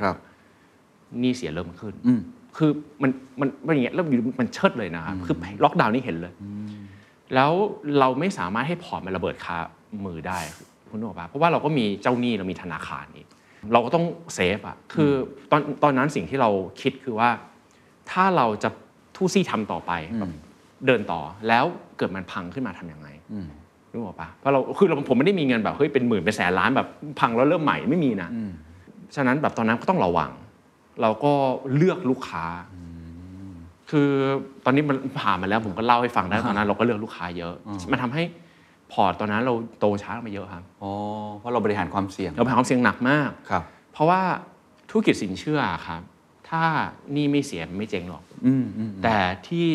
หนี่เสียเริ่มขึ้น
อืม
คือมันมันมันอย่างเงี้ยแล้วอยู่มันเชิดเลยนะครับ คือล็อกดาวน์นี่เห็นเลย แล้วเราไม่สามารถให้พอร์ตมันระเบิดคามือได้คุณนึกออกปะเพราะว่าเราก็มีเจ้าหนี้เรามีธนาคารอีก เราก็ต้องเซฟอะคือตอนตอนนั้นสิ่งที่เราคิดคือว่า ถ้าเราจะทู่ซี่ทำต่อไปแบบเดินต่อแล้วเกิดมันพังขึ้นมาทำยังไงนึกออกปะเพราะเราคือเราผมไม่ได้มีเงินแบบเฮ้ยเป็นหมื่นเป็นแสนล้านแบบพังแล้วเริ่มใหม่ไม่มีนะ ฉะนั้นแบบตอนนั้นก็ต้องระวัง เราก็เลือกลูกค้า คือตอนนี้มันผ่านมาแล้วผมก็เล่าให้ฟังได้ตอนนั้น เราก็เลือกลูกค้าเยอะ มันทำให้พอร์ตตอนนั้นเราโตช้าลงไปเยอะครับ
อ๋อ เพราะเราบริหารความเสี่ยง
เราผ่านความเสี่ยงหนักมาก
ครับ
เพราะว่าธุรกิจสินเชื่อครับ ถ้าหนี่ไม่เสียมันไม่เจ๊งหรอก
อืมอืม
แต่ที่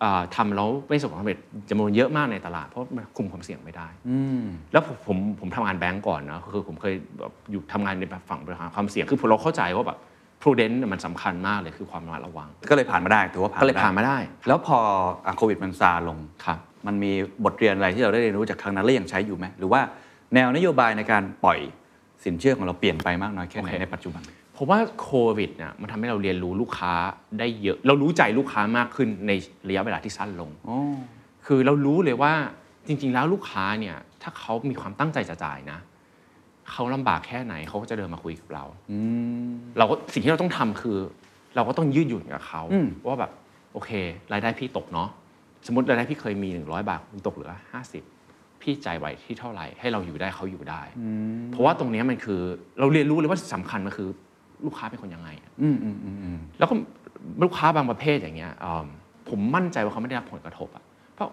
เอ่อทำแล้วไม่ประสบความสำเร็จจำนวนเยอะมากในตลาด เพราะมันคุมความเสี่ยงไม่ได้
อืม
แล้วผมผมผมทำงานแบงก์ก่อนนะคือผมเคยแบบอยู่ทำงานในแบบฝั่งบริหารความเสี่ยง คือผมเราเข้าใจว่าแบบ prudence เนี่ยมันสำคัญมากเลยคือความระมัดระวัง
ก็เลยผ่านมาได้ ถือว่าผ่าน
ก็เลยผ่านมาได้
แล้วพออ่ะโควิดมันซาลง
ครับ
มันมีบทเรียนอะไรที่เราได้เรียนรู้จากครั้งนั้นและยังใช้อยู่ไหม หรือว่าแนวนโยบายในการปล่อยสินเชื่อของเราเปลี่ยนไปมากน้อยแค่ไหน
โอเค
ในปัจจุบัน
ผมว่าโควิดเนี่ยมันทำให้เราเรียนรู้ลูกค้าได้เยอะ เรารู้ใจลูกค้ามากขึ้นในระยะเวลาที่สั้นลง
โอ้
คือเรารู้เลยว่าจริง ๆ แล้วลูกค้าเนี่ยถ้าเขามีความตั้งใจจะจ่ายนะเขาลำบากแค่ไหนเขาก็จะเดินมาคุยกับเรา
อืม
เราก็สิ่งที่เราต้องทำคือ เราก็ต้องยืดหยุ่นกับเขา
อืม
ว่าแบบโอเค รายได้พี่ตกเนาะสมมติรายได้พี่เคยมี 100 บาทมันตกเหลือ 50 พี่จ่ายไหวที่เท่าไหร่ ให้เราอยู่ได้เขาอยู่ได้ เพราะว่าตรงเนี้ยมันคือเราเรียนรู้เลยว่าสำคัญมันคือลูกค้าเป็นคนยังไง
อืมอืมอืมอืม
แล้วก็ลูกค้าบางประเภทอย่างเงี้ยเอิ่มผมมั่นใจว่าเขาไม่ได้รับผลกระทบอะเพราะ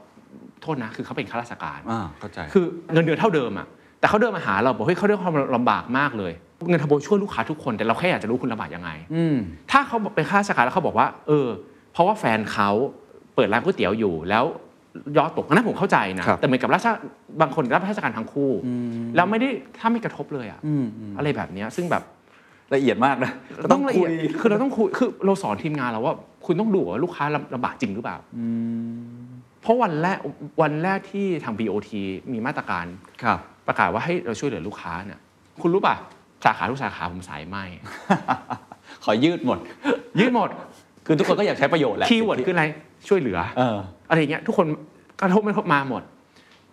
โทษนะคือเขาเป็นข้าราชการ
อ่า เข้าใจ
คือเงินเดือนเท่าเดิมอะแต่เขาเดินมาหาเราบอกเฮ้ยเขาด้วยความลำบากมากเลย เงินทบช่วยลูกค้าทุกคนแต่เราแค่อยากจะรู้คุณลำบากยังไง
อืม
ถ้าเขาเป็นข้าราชการแล้วเขาบอกว่า เออ เพราะว่าแฟนเขาเปิดร้านก๋วยเตี๋ยวอยู่ แล้วยอดตกอันนั้นผมเข้าใจนะครับ แต่เหมือนกับราชาบางคนรับราชการทั้งคู่แล้วไม่ได้ถ้าไม่กระทบเลยอะ
อืมอืม
อะไรแบบเนี้ยซึ่งแบบ
ละเอียดมากนะก็
ต้องละเอียด
คุ
คือเราต้องคุยคือเราสอนทีมงานเราว่า คุณต้องดูว่าลูกค้าลำบากจริงหรือเปล่าเพราะวันแรกวันแรกที่ทาง BOT มีมาตรการ
ครับ
ประกาศว่าให้เราช่วยเหลือลูกค้าเนี่ยคุณรู้ป่ะสาขาทุกสาขาผมสายไหม
ขอยืดหมด
ยืดหมด
คือทุกคนก็อยากใช้ประโยชน์แหละ
คีย์เวิร์ดคืออะไรช่วยเหลือ
เออ
อะไรอย่างเงี้ยทุกคนกระทบไม่กระทบมาหมด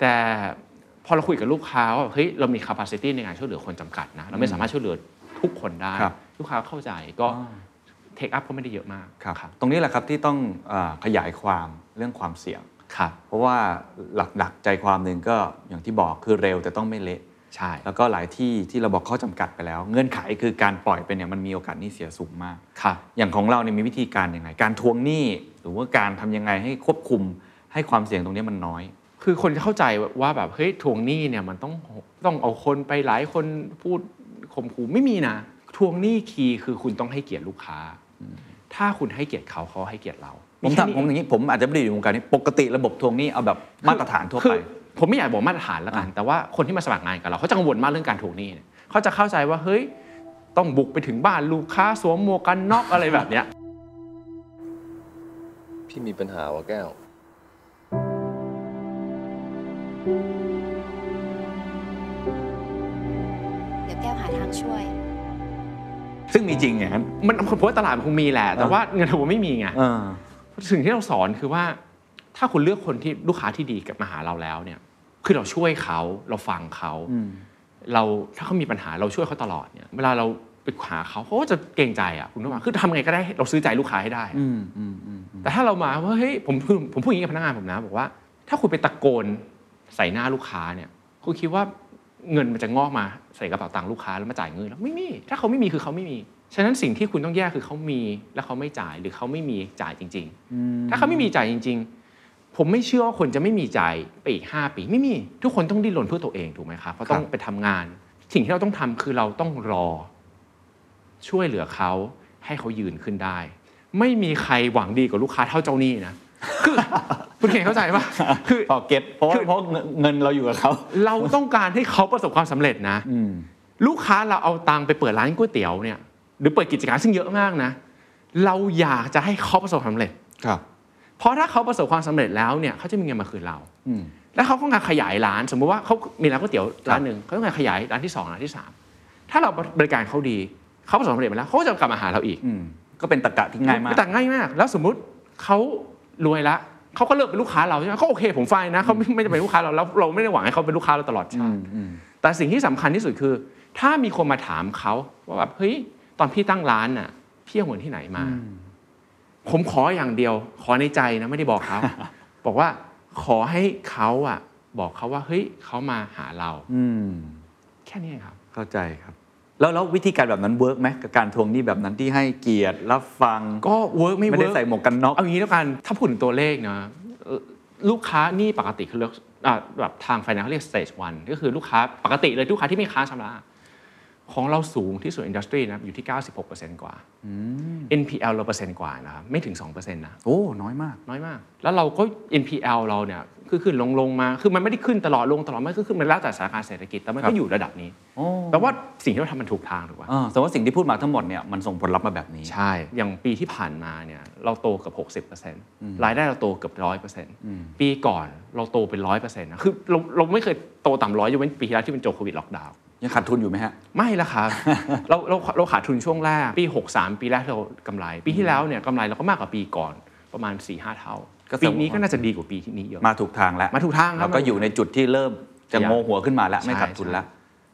แต่พอเราคุยกับลูกค้าว่าเฮ้ยเรามี capacity ในการช่วยเหลือคนจำกัดนะ เราไม่สามารถช่วยเหลือทุกคนได้
ครับ
ลูกค้าเข้าใจก็ take up ก็ไม่ได้เยอะมาก
ครับ ตรงนี้แหละครับที่ต้องเอ่อขยายความเรื่องความเสี่ยง
ครับ
เพราะว่าหลักๆใจความหนึ่งก็อย่างที่บอกคือเร็วแต่ต้องไม่เละ
ใช่
แล้วก็หลายที่ที่เราบอกข้อจำกัดไปแล้ว เงื่อนไขคือการปล่อยไปเนี่ยมันมีโอกาสหนี้เสียสูงมาก
ครับ
อย่างของเราเนี่ยมีวิธีการยังไง การทวงหนี้หรือว่าการทำยังไงให้ควบคุมให้ความเสี่ยงตรงนี้มันน้อย
คือคนจะเข้าใจว่าแบบเฮ้ยทวงหนี้เนี่ยมันต้องต้องเอาคนไปหลายคนพูดข่มขู่ไม่มีนะทวงหนี้คีย์คือคุณต้องให้เกียรติลูกค้า ถ้าคุณให้เกียรติเขาเขาให้เกียรติเรา
ผม
แค่
ทำผ
นี้
มอย่างนี้ผมอาจจะไม่ได้อยู่ในวงการนี้ปกติระบบทวงหนี้เอาแบบมาตรฐานทั่ว
คื
ไป
อผมไม่อยากบอกมาตรฐานแล้วกัน แต่ว่าคนที่มาสมัครงานกับเราเขาจะกังวลมากเรื่องการถูกหนี้เนี่ยเขาจะเข้าใจว่าเฮ้ยต้องบุกไปถึงบ้านลูกค้าสวมหมวกกันน็อกอะไรแบบเนี้ย
พี่มีปัญหาว่ะแก้ว
ค
คนช่วย
ซึ่งมีจริงอย่างนั้น
มันผมว่าตลาดมันคงมีแหละ แต่ว่าเงินทุนไม่มีไง
เออ
สิ่งที่เราสอนคือว่า ถ้าคุณเลือกคนที่ลูกค้าที่ดีกับมาหาเราแล้วเนี่ย คือเราช่วยเขาเราฟังเขา
อืม
เราถ้าเขามีปัญหาเราช่วยเขาตลอดเนี่ยเวลาเราไปหาเขาเขาก็จะเกรงใจอ่ะคุณนึกว่าคือทำไงก็ได้ให้เราซื้อใจลูกค้าให้ได้อะ
อืมอืมอืมอืม
แต่ถ้าเรามาว่าเฮ้ยผมผมผมพูดอย่างนี้กับพนักงานผมนะบอกว่า ถ้าคุณไปตะโกนใส่หน้าลูกค้าเนี่ยคุณคิดว่าเงินมันจะงอกมาใส่กระเป๋าตังค์ลูกค้าแล้วมาจ่ายเงินแล้วไม่มี ถ้าเขาไม่มีคือเขาไม่มี ฉะนั้นสิ่งที่คุณต้องแยกคือเขามีแล้วเขาไม่จ่ายหรือเขาไม่มีจ่ายจริง ๆ
อืม
ถ้าเขาไม่มีใจจริง ๆ ผมไม่เชื่อว่าคนจะไม่มีใจไปอีก 5 ปีไม่มี ทุกคนต้องดิ้นรนเพื่อตัวเองถูกไหมครับเพราะต้องไปทำงาน สิ่งที่เราต้องทำคือเราต้องรอ ช่วยเหลือเขาให้เขายืนขึ้นได้ ไม่มีใครหวังดีกับลูกค้าเท่าเจ้าหนี้นะคือ คุณเขียนเข้าใจปะคือ
พอเก็ตเพราะว่า
คือ
เพราะเงินเราอยู่กับเขา
เราต้องการให้เขาประสบความสำเร็จนะ
อืม
ลูกค้าเราเอาตังค์ไปเปิดร้านก๋วยเตี๋ยวเนี่ยหรือเปิดกิจการซึ่งเยอะมากนะ เราอยากจะให้เขาประสบความสำเร็จ
ครับ
เพราะถ้าเขาประสบความสำเร็จแล้วเนี่ยเขาจะมีเงินมาคืนเรา
อืม
แล้วเขาก็งานขยายร้าน สมมุติว่าเขามีร้านก๋วยเตี๋ยวร้านหนึ่งเขาต้องการขยายร้านที่สองร้านที่สามถ้าเราบริการเขาดีเขาประสบความสำเร็จไปแล้วเขาก็จะกลับมาหาเราอีก
อืม ก็เป็นตรรกะที่ง่ายมาก
แต่ง่ายมาก แล้วสมมุติเขารวยละเขาก็เลิกเป็นลูกค้าเราใช่ไหมเขาโอเคผมไฟนะเขาไม่ไม่จะเป็นลูกค้าเราแล้วเราไม่ได้หวังให้เขาเป็นลูกค้าเราตลอดชา
อืม
ติ
อืม
แต่สิ่งที่สำคัญที่สุดคือ ถ้ามีคนมาถามเขาว่าแบบเฮ้ยตอนพี่ตั้งร้านน่ะพี่เอาเงินที่ไหนมา ผมขออย่างเดียว ขอในใจนะไม่ได้บอกเขา บอกว่าขอให้เขาอ่ะ บอกเขาว่าเฮ้ยเขามาหาเรา
อืม
แค่นี้ครับ
เข้าใจครับ แล้วแล้ววิธีการแบบนั้นเวิร์กไหมกับการทวงหนี้แบบนั้นที่ให้เกียรติรับฟัง
ก็เวิร์กไม่
ไม่
เวิ
ได้
ร์ก
ใส่หมวกกันน็อก
เอาอย่างนี้แล้วกันถ้าพูดถึงตัวเลขเนอะเอ่อลูกค้านี่ปกติคือเรียกอ่ะแบบทางไฟแนนซ์เขาเรียก stage one ก็คือลูกค้าปกติเลยลูกค้าที่ไม่ค้างชำระ ของเราสูงที่สุดอินดัสทรีนะครับอยู่ที่ 96%กว่า NPL เราเปอร์เซ็นต์กว่านะครับไม่ถึง 2%นะ
โอ้ น้อยมาก
น้อยมาก แล้วเราก็ NPL เราเนี่ยคือขึ้นลงลงมา คือมันไม่ได้ขึ้นตลอดลงตลอดมันก็ขึ้นมันแล้วแต่สถานการณ์เศรษฐกิจ แต่มัน
ครั
ก็
บ
อยู่ระดับนี้
โอ้
แปลว่าสิ่งที่เราทำมันถูกทางถูกป่ะ
อ่าแสดงว่าสิ่งที่พูดมาทั้งหมดเนี่ยมันส่งผลลัพธ์มาแบบนี้
ใช่ อย่างปีที่ผ่านมาเนี่ยเราโตเกับ 60%รายได้เราโตเกือบ
ม
100%ปีก่อนเราโตเป็น 100%นะคือเราเราไม่เคยโตต่ำร้อยยกเว้นปีที่แล้วที่เป็นโจโควิดล็อกดาวน์
ยังขาดทุนอยู่ไหมฮะ
ไม่ละ ครับ เราเราเราขาดทุนช่วงแรก ปี 63 ปีแรกเรากำไร ปีที่แล้วเนี่ยกำไรเราก็มากกว่าปีก่อนประมาณ 4-5 เท่า
ก็แสด
ปี
งว่า
นี้ก็น่าจะดีกว่าปีที่นี้เยอะ
มาถูกทางแล้ว
มาถูกทางครับ
แล้วก็
มาถูก
อยู่ในจุดที่เริ่มจะ
ใช่
โงหัวขึ้นมาแล้ว
ใช่
ไม่ขาดทุนแล้ว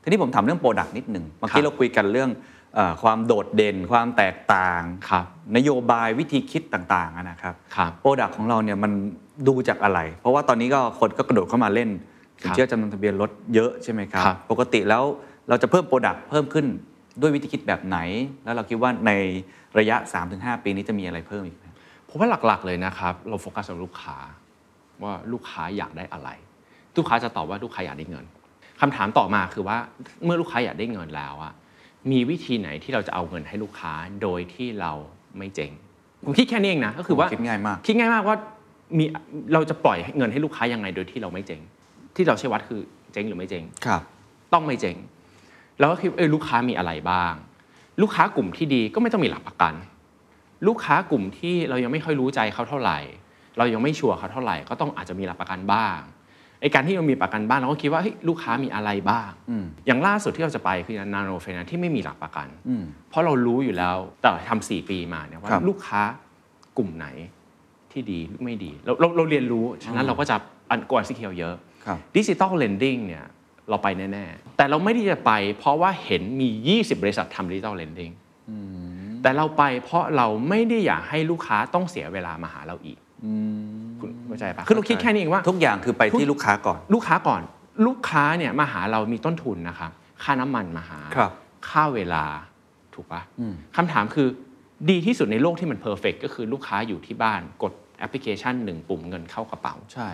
ทีนี้ผมถามเรื่องโปรดักต์นิดหนึ่งเมื่อกี้
ครับ
เราคุยกันเรื่องเอ่อความโดดเด่น ความแตกต่าง
ครับ
นโยบายวิธีคิดต่างๆอะนะครับ
ครับ
โปรดักของเราเนี่ยมันดูจากอะไร เพราะว่าตอนนี้ก็คนก็กระโดดเข้ามาเล่นสินเชื่อจำนำทะเบียนรถเยอะใช่ไหมครับ
ครับ
ปกติแล้วเราจะเพิ่มโปรดักเพิ่มขึ้นด้วยวิธีคิดแบบไหน แล้วเราคิดว่าในระยะ 3-5 ปีนี้จะมีอะไรเพิ่มอีกไหม
ผมว่าหลักๆเลยนะครับ เราโฟกัสกับลูกค้า ว่าลูกค้าอยากได้อะไร ลูกค้าจะตอบว่าลูกค้าอยากได้เงินคำถามต่อมาคือว่าเมื่อลูกค้าอยากได้เงินแล้วอะมีวิธีไหนที่เราจะเอาเงินให้ลูกค้าโดยที่เราไม่เจ๊งผมคิดแค่นี้เองนะก็คือว่า
คิดง่ายมาก
คิดง่ายมากว่ามีเราจะปล่อยเงินให้ลูกค้ายังไงโดยที่เราไม่เจ๊งที่เราใช้วัดคือเจ๊งหรือไม่เจ๊ง
ครับ
ต้องไม่เจ๊งแล้วก็คิดว่าเออลูกค้ามีอะไรบ้าง ลูกค้ากลุ่มที่ดีก็ไม่ต้องมีหลักประกัน ลูกค้ากลุ่มที่เรายังไม่ค่อยรู้ใจเขาเท่าไหร่ เรายังไม่ชัวร์เขาเท่าไหร่ ก็ต้องอาจจะมีหลักประกันบ้างไอการที่เรามีประกันบ้างเราก็คิดว่าเฮ้ยลูกค้ามีอะไรบ้าง
อืม
อย่างล่าสุดที่เราจะไปคือนาโนเฟนที่ไม่มีหลักประกัน
อืม
เพราะเรารู้อยู่แล้วแต่ทำสี่ปีมาเนี่ยว่า
ครับ
ลูกค้ากลุ่มไหนที่ดีไม่ดีเราเราเราเรียนรู้ฉะนั้นเราก็จะอันกวนซิเคียวเยอะ
ครับ
ดิจิ t a ลเลนดิ้งเนี่ยเราไปแน่ ๆ แต่เราไม่ได้จะไปเพราะว่าเห็นมี 20 บริษัททำดิจิ t a ลเลนดิ้งแต่เราไปเพราะเราไม่ได้อยากให้ลูกค้าต้องเสียเวลามาหาเราอีกคุณเข้าใจปะคือเราคิดแค่นี้เองว่า
ทุกอย่างคือไป
ทุก
ที่ลูกค้าก่อน
ลูกค้าก่อนลูกค้าเนี่ยมาหาเรามีต้นทุนนะครับค่าน้ำมันมาหา
ครับ
ค่าเวลาถูกปะ
อืม
คำถามคือดีที่สุดในโลกที่มันเพอร์เฟกก็คือลูกค้าอยู่ที่บ้านกดแอปพลิเคชันหนึ่งปุ่มเงินเข้ากระเป๋า
ใช่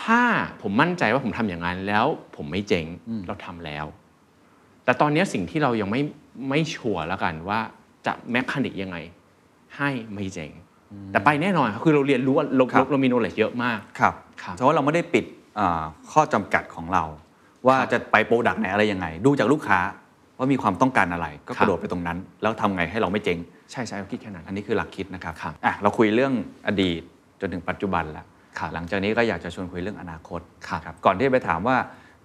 ถ้าผมมั่นใจว่าผมทำอย่างนั้นแล้วผมไม่เจ๊งเราทำแล้ว แต่ตอนนี้สิ่งที่เรายังไม่ไม่ชัวร์แล้วกันว่าจะแมคานิกยังไง ให้ไม่เจ๊งแต่ไปแน่นอนครับคือเราเรียนรู้ว่าเรา
ครับ
เรามีโนเลจเยอะมาก
ครับ
ครับ
เพราะว่าเราไม่ได้ปิดอ่าข้อจำกัดของเรา ว่า
ครับ
จะไปโปรดักต์ไหนอะไรยังไง ดูจากลูกค้าว่ามีความต้องการอะไร ก็
ค
ก
รับ
ระโดดไปตรงนั้น แล้วทำไงให้เราไม่เจ๊ง
ใช่ใช่เราคิดแค่นั้น
อันนี้คือหลักคิดนะครับ
ครับ
อ่ะเราคุยเรื่องอดีตจนถึงปัจจุบันแล้ว
ครับ
หลังจากนี้ก็อยากจะชวนคุยเรื่องอนาคต
ครับ
ก่อนที่จะไปถามว่า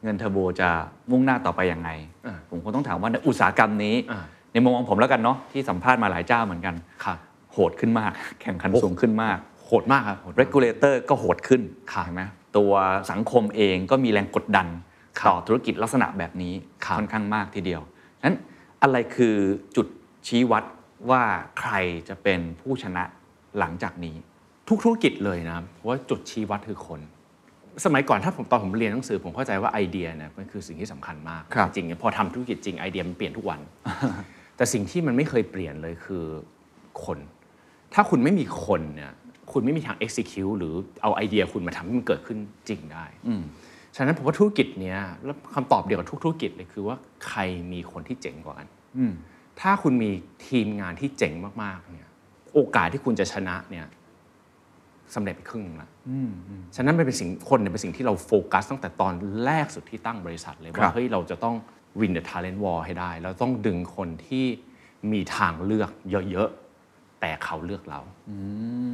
เงินเทอร์โบจะมุ่งหน้าต่อไปยังไง
อ่า
ผมคงต้องถามว่าในอุตสาหกรรมนี้
อ่า
ในมุมมองผมแล้วกันเนาะที่สัมภาษณ์มาหลายเจ้าเหมือนกัน
ครับ
โหดขึ้นมาก แข่งขัน
โอ้
สูงขึ้นมาก
โหดมากครับโหดมาก
regulator ก็โหดขึ้น
ครับ
เห็นไหมตัวสังคมเองก็มีแรงกดดัน
ครับ
ต่อธุรกิจลักษณะแบบนี้
ครับ
ค่อนข้างมากทีเดียวฉะนั้นอะไรคือจุดชี้วัดว่าใครจะเป็นผู้ชนะหลังจากนี้
ทุกธุรกิจเลยนะเพราะว่าจุดชี้วัดคือคน สมัยก่อนถ้าผมตอนผมเรียนหนังสือ ผมเข้าใจว่าไอเดียเนี่ยมันคือสิ่งที่สำคัญมาก
ครับ
จริงๆพอทำธุรกิจจริงไอเดียมันเปลี่ยนทุกวัน แต่สิ่งที่มันไม่เคยเปลี่ยนเลยคือคน ถ้าคุณไม่มีคนเนี่ยคุณไม่มีทาง execute หรือเอาไอเดียคุณมาทำให้มันเกิดขึ้นจริงได้ ฉะนั้นผมว่าธุรกิจเนี้ยแล้วคำตอบเดียวกับทุกธุรกิจเลยคือว่าใครมีคนที่เจ๋งกว่ากัน
อืม
ถ้าคุณมีทีมงานที่เจ๋งมากๆเนี่ยโอกาสที่คุณจะชนะเนี่ยสำเร็จไปครึ่งหนึ่งละฉะนั้นมันเป็นสิ่งคนเนี่ยเป็นสิ่งที่เราโฟกัสตั้งแต่ตอนแรกสุดที่ตั้งบริษัทเลย
ครั
ว่า
บ
เฮ้ยเราจะต้อง win the talent war ให้ได้เราต้องดึงคนที่มีทางเลือกเยอะๆ แต่เขาเลือกเรา
อื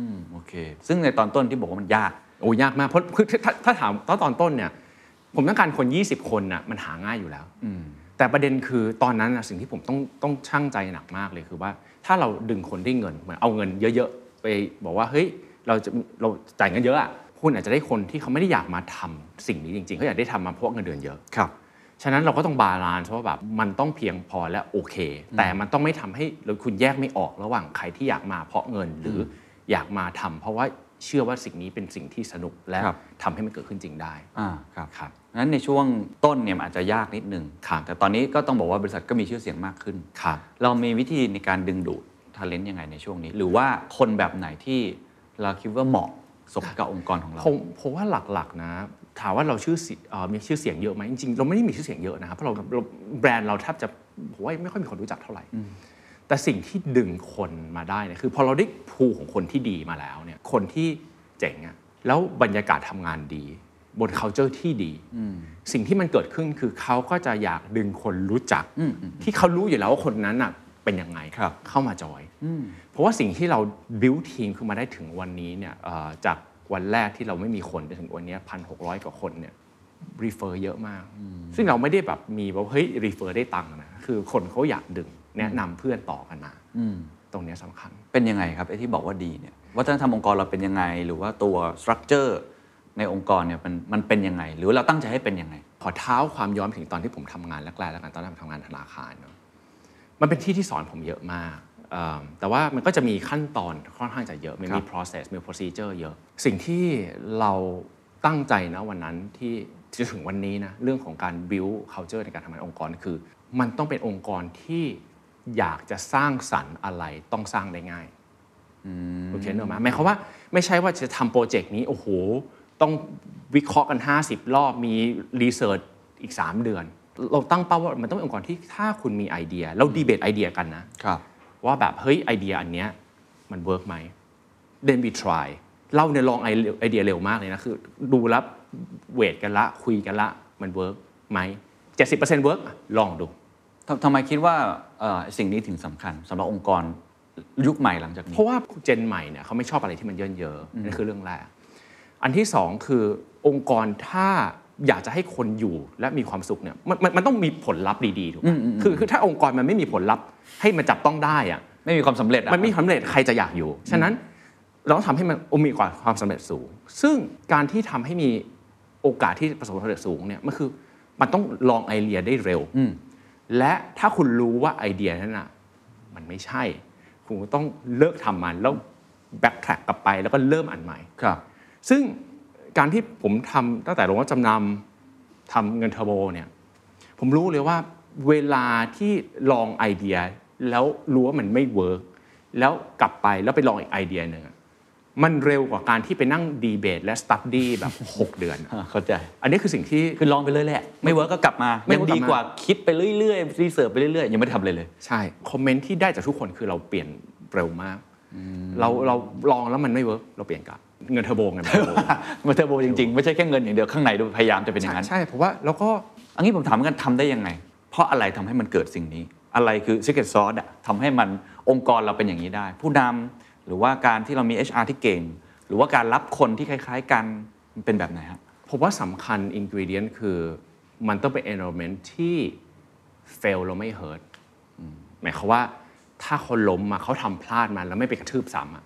มโอเค ซึ่งในตอนต้นที่บอกว่ามันยาก
โอ้ยากมากเพราะคือถ้าถ้าถ้าถามตอนตอนต้นเนี่ยผมต้องการคน 20 คนน่ะมันหาง่ายอยู่แล้วแต่ประเด็นคือตอนนั้นน่ะสิ่งที่ผมต้องต้องช่างใจหนักมากเลยคือว่า ถ้าเราดึงคนด้วยเงินเหมือนเอาเงินเยอะๆ ไปบอกว่าเฮ้ยเราจะเราจ่ายเงินเยอะอ่ะคุณอาจจะได้คนที่เขาไม่ได้อยากมาทำสิ่งนี้จริงๆเขาอยากได้ทำมาเพราะเงินเดือนเยอะ
ครับ
ฉะนั้นเราก็ต้องบาลานซ์ว่าแบบมันต้องเพียงพอและโอเค แต่มันต้องไม่ทำให้เราคุณแยกไม่ออกระหว่างใครที่อยากมาเพราะเงินหรืออยากมาทำเพราะว่าเชื่อว่าสิ่งนี้เป็นสิ่งที่สนุกและ
ครับ
ทำให้มันเกิดขึ้นจริงได้
อ่าครับ
ครับ
งั้นในช่วงต้นเนี่ยมันอาจจะยากนิดนึง
ครับ
แต่ตอนนี้ก็ต้องบอกว่าบริษัทก็มีชื่อเสียงมากขึ้น
ครับ
เรามีวิธีในการดึงดูดท ALENT ยังไงในช่วงนี้ หรือว่าคนแบบไหนที่เราคิดว่าเหมาะสมกับองค์กรของเรา
ผมผมว่าหลักๆนะถามว่าเราชื่อเสียเอ่อมีชื่อเสียงเยอะไหมจริงๆเราไม่ได้มีชื่อเสียงเยอะนะครับเพราะเราเราแบรนด์เราแทบจะผมว่าไม่ค่อยมีคนรู้จักเท่าไหร่ แต่สิ่งที่ดึงคนมาได้เนี่ยคือพอเราได้ภูของคนที่ดีมาแล้วเนี่ยคนที่เจ๋งอะแล้วบรรยากาศทำงานดี บน culture ที่ดี สิ่งที่มันเกิดขึ้นคือเขาก็จะอยากดึงคนรู้จัก ที่เขารู้อยู่แล้วว่าคนนั้นน่ะเป็นยังไง
ครับ
เข้ามาจอย เพราะว่าสิ่งที่เรา build ทีมขึ้นมาได้ถึงวันนี้เนี่ยเอ่อจากวันแรกที่เราไม่มีคนจนถึงวันเนี้พันหกร้อย1,600 กว่าคนเนี่ย refer เยอะมาก ซึ่งเราไม่ได้แบบมีว่าเฮ้ย refer ได้ตังค์นะ คือคนเขาอยากดึงแนะนำเพื่อนต่อกันมา ตรงเนี้ยสำคัญ
เป็นยังไงครับไอ้ที่บอกว่าดีเนี่ยวัฒนธรรมองค์กรเราเป็นยังไง หรือว่าตัวสตรัคเจอร์ในองค์กรเนี่ยมันมันเป็นยังไง หรือเราตั้งใจให้เป็นยังไง
ขอเท้าความย้อนไปถึงตอนที่ผมทำงานแรกๆแล้วกันตอนนั้นผมทำงานธนาคารเนอะมันเป็นที่ที่สอนผมเยอะมากเอิ่มแต่ว่ามันก็จะมีขั้นตอนค่อนข้างจะเยอะมัน
ครั
มี
บ
process มี procedure เยอะ สิ่งที่เราตั้งใจนะวันนั้นที่จนถึงวันนี้นะเรื่องของการ build culture ในการทำงานองค์กรคือ มันต้องเป็นองค์กรที่อยากจะสร้างสรรค์อะไรต้องสร้างได้ง่าย โอเคเนอะมาหมายความว่าไม่ใช่ว่าจะทำโปรเจกต์นี้ โอ้โห ต้องวิเคราะห์กัน 50 รอบมีรีเสิร์ชอีก 3 เดือน เราตั้งเป้าว่ามันต้องเป็นองค์กรที่ถ้าคุณมีไอเดีย เราดีเบตไอเดียกันนะ
ครับ
ว่าแบบ เฮ้ย ไอเดียอันเนี้ยมันเวิร์กไหม then we try เล่าเนี่ยลองไอไอเดียเร็วมากเลยนะ คือดูแล้วเวทกันละคุยกันละมันเวิร์กไหม70%เวิร์กลองดู
ทำทำไมคิดว่าเอ่อสิ่งนี้ถึงสำคัญสำหรับองค์กรยุคใหม่หลังจากนี้
เพราะว่าเจนใหม่เนี่ยเขาไม่ชอบอะไรที่มันเยินเยอะนั่นคือเรื่องแรก อันที่สองคือองค์กรถ้าอยากจะให้คนอยู่และมีความสุขเนี่ยมันมันมันต้องมีผลลัพธ์ดีๆถูกไหมคือคือถ้าองค์กรมันไม่มีผลลัพธ์ให้มันจับต้องได้อะ
ไม่มีความสำเร็จอะ
มันไม่สำเร็จใครจะอยากอยู่ ฉะนั้นเราต้องทำให้มันมีความสำเร็จสูง ซึ่งการที่ทำให้มีโอกาสที่ประสบความสำเร็จสูงเนี่ยมันคือมันต้องลองไอเดียได้เร็ว
อืม
และถ้าคุณรู้ว่าไอเดียนั้นน่ะมันไม่ใช่ คุณก็ต้องเลิกทำมันแล้วแบ็คแทร็กกลับไปแล้วก็เริ่มอันใหม่
ครับ
ซึ่งการที่ผมทำตั้งแต่ลงว่าจำนำทำเงินเทอร์โบเนี่ยผมรู้เลยว่าเวลาที่ลองไอเดียแล้วรู้ว่ามันไม่เวิร์กแล้วกลับไปแล้วไปลองอีกไอเดียหนึ่งอะมันเร็วกว่าการที่ไปนั่งดีเบตและสตัดดี้แบบ 6 เดือนอะ
เข้าใจ
อันนี้คือสิ่งที่
คือลองไปเลยแหละ ไม่เวิร์กก็กลับมา
ไม่
ยัง
เวิร์กกลั
ดี
บมา
กว่าคิดไปเรื่อยๆรีเสิร์ชไปเรื่อยๆ ยังไม่ได้ทำเลยเลย
ใช่ คอมเมนต์ที่ได้จากทุกคนคือเราเปลี่ยนเร็วมาก เราเราลองแล้วมันไม่เวิร์กเราเปลี่ยนกลับเงินเทอร์โบไงเงินเทอร์โบ
มันเทอร์โบจริงๆ ไม่ใช่แค่เงินอย่างเดียวข้างในดูพยายามจะเป็นอย่างนั้น
ใช่เพราะว่าแล้วก็
อันนี้ผมถามกันทำได้ยังไง เพราะอะไรทำให้มันเกิดสิ่งนี้ อะไรคือ secret sauce อะทำให้มันองค์กรเราเป็นอย่างนี้ได้ ผู้นำหรือว่าการที่เรามี HR ที่เก่ง หรือว่าการรับคนที่คล้าย ๆ กันมันเป็นแบบไหนฮะ
ผมว่าสำคัญอินกิวเดียนคือ มันต้องเป็น environment ที่ fail เราไม่ hurt หมายความว่าถ้าเขาล้มมาเขาทำพลาดมาแล้วไม่ไปกระทืบซ้ำอะ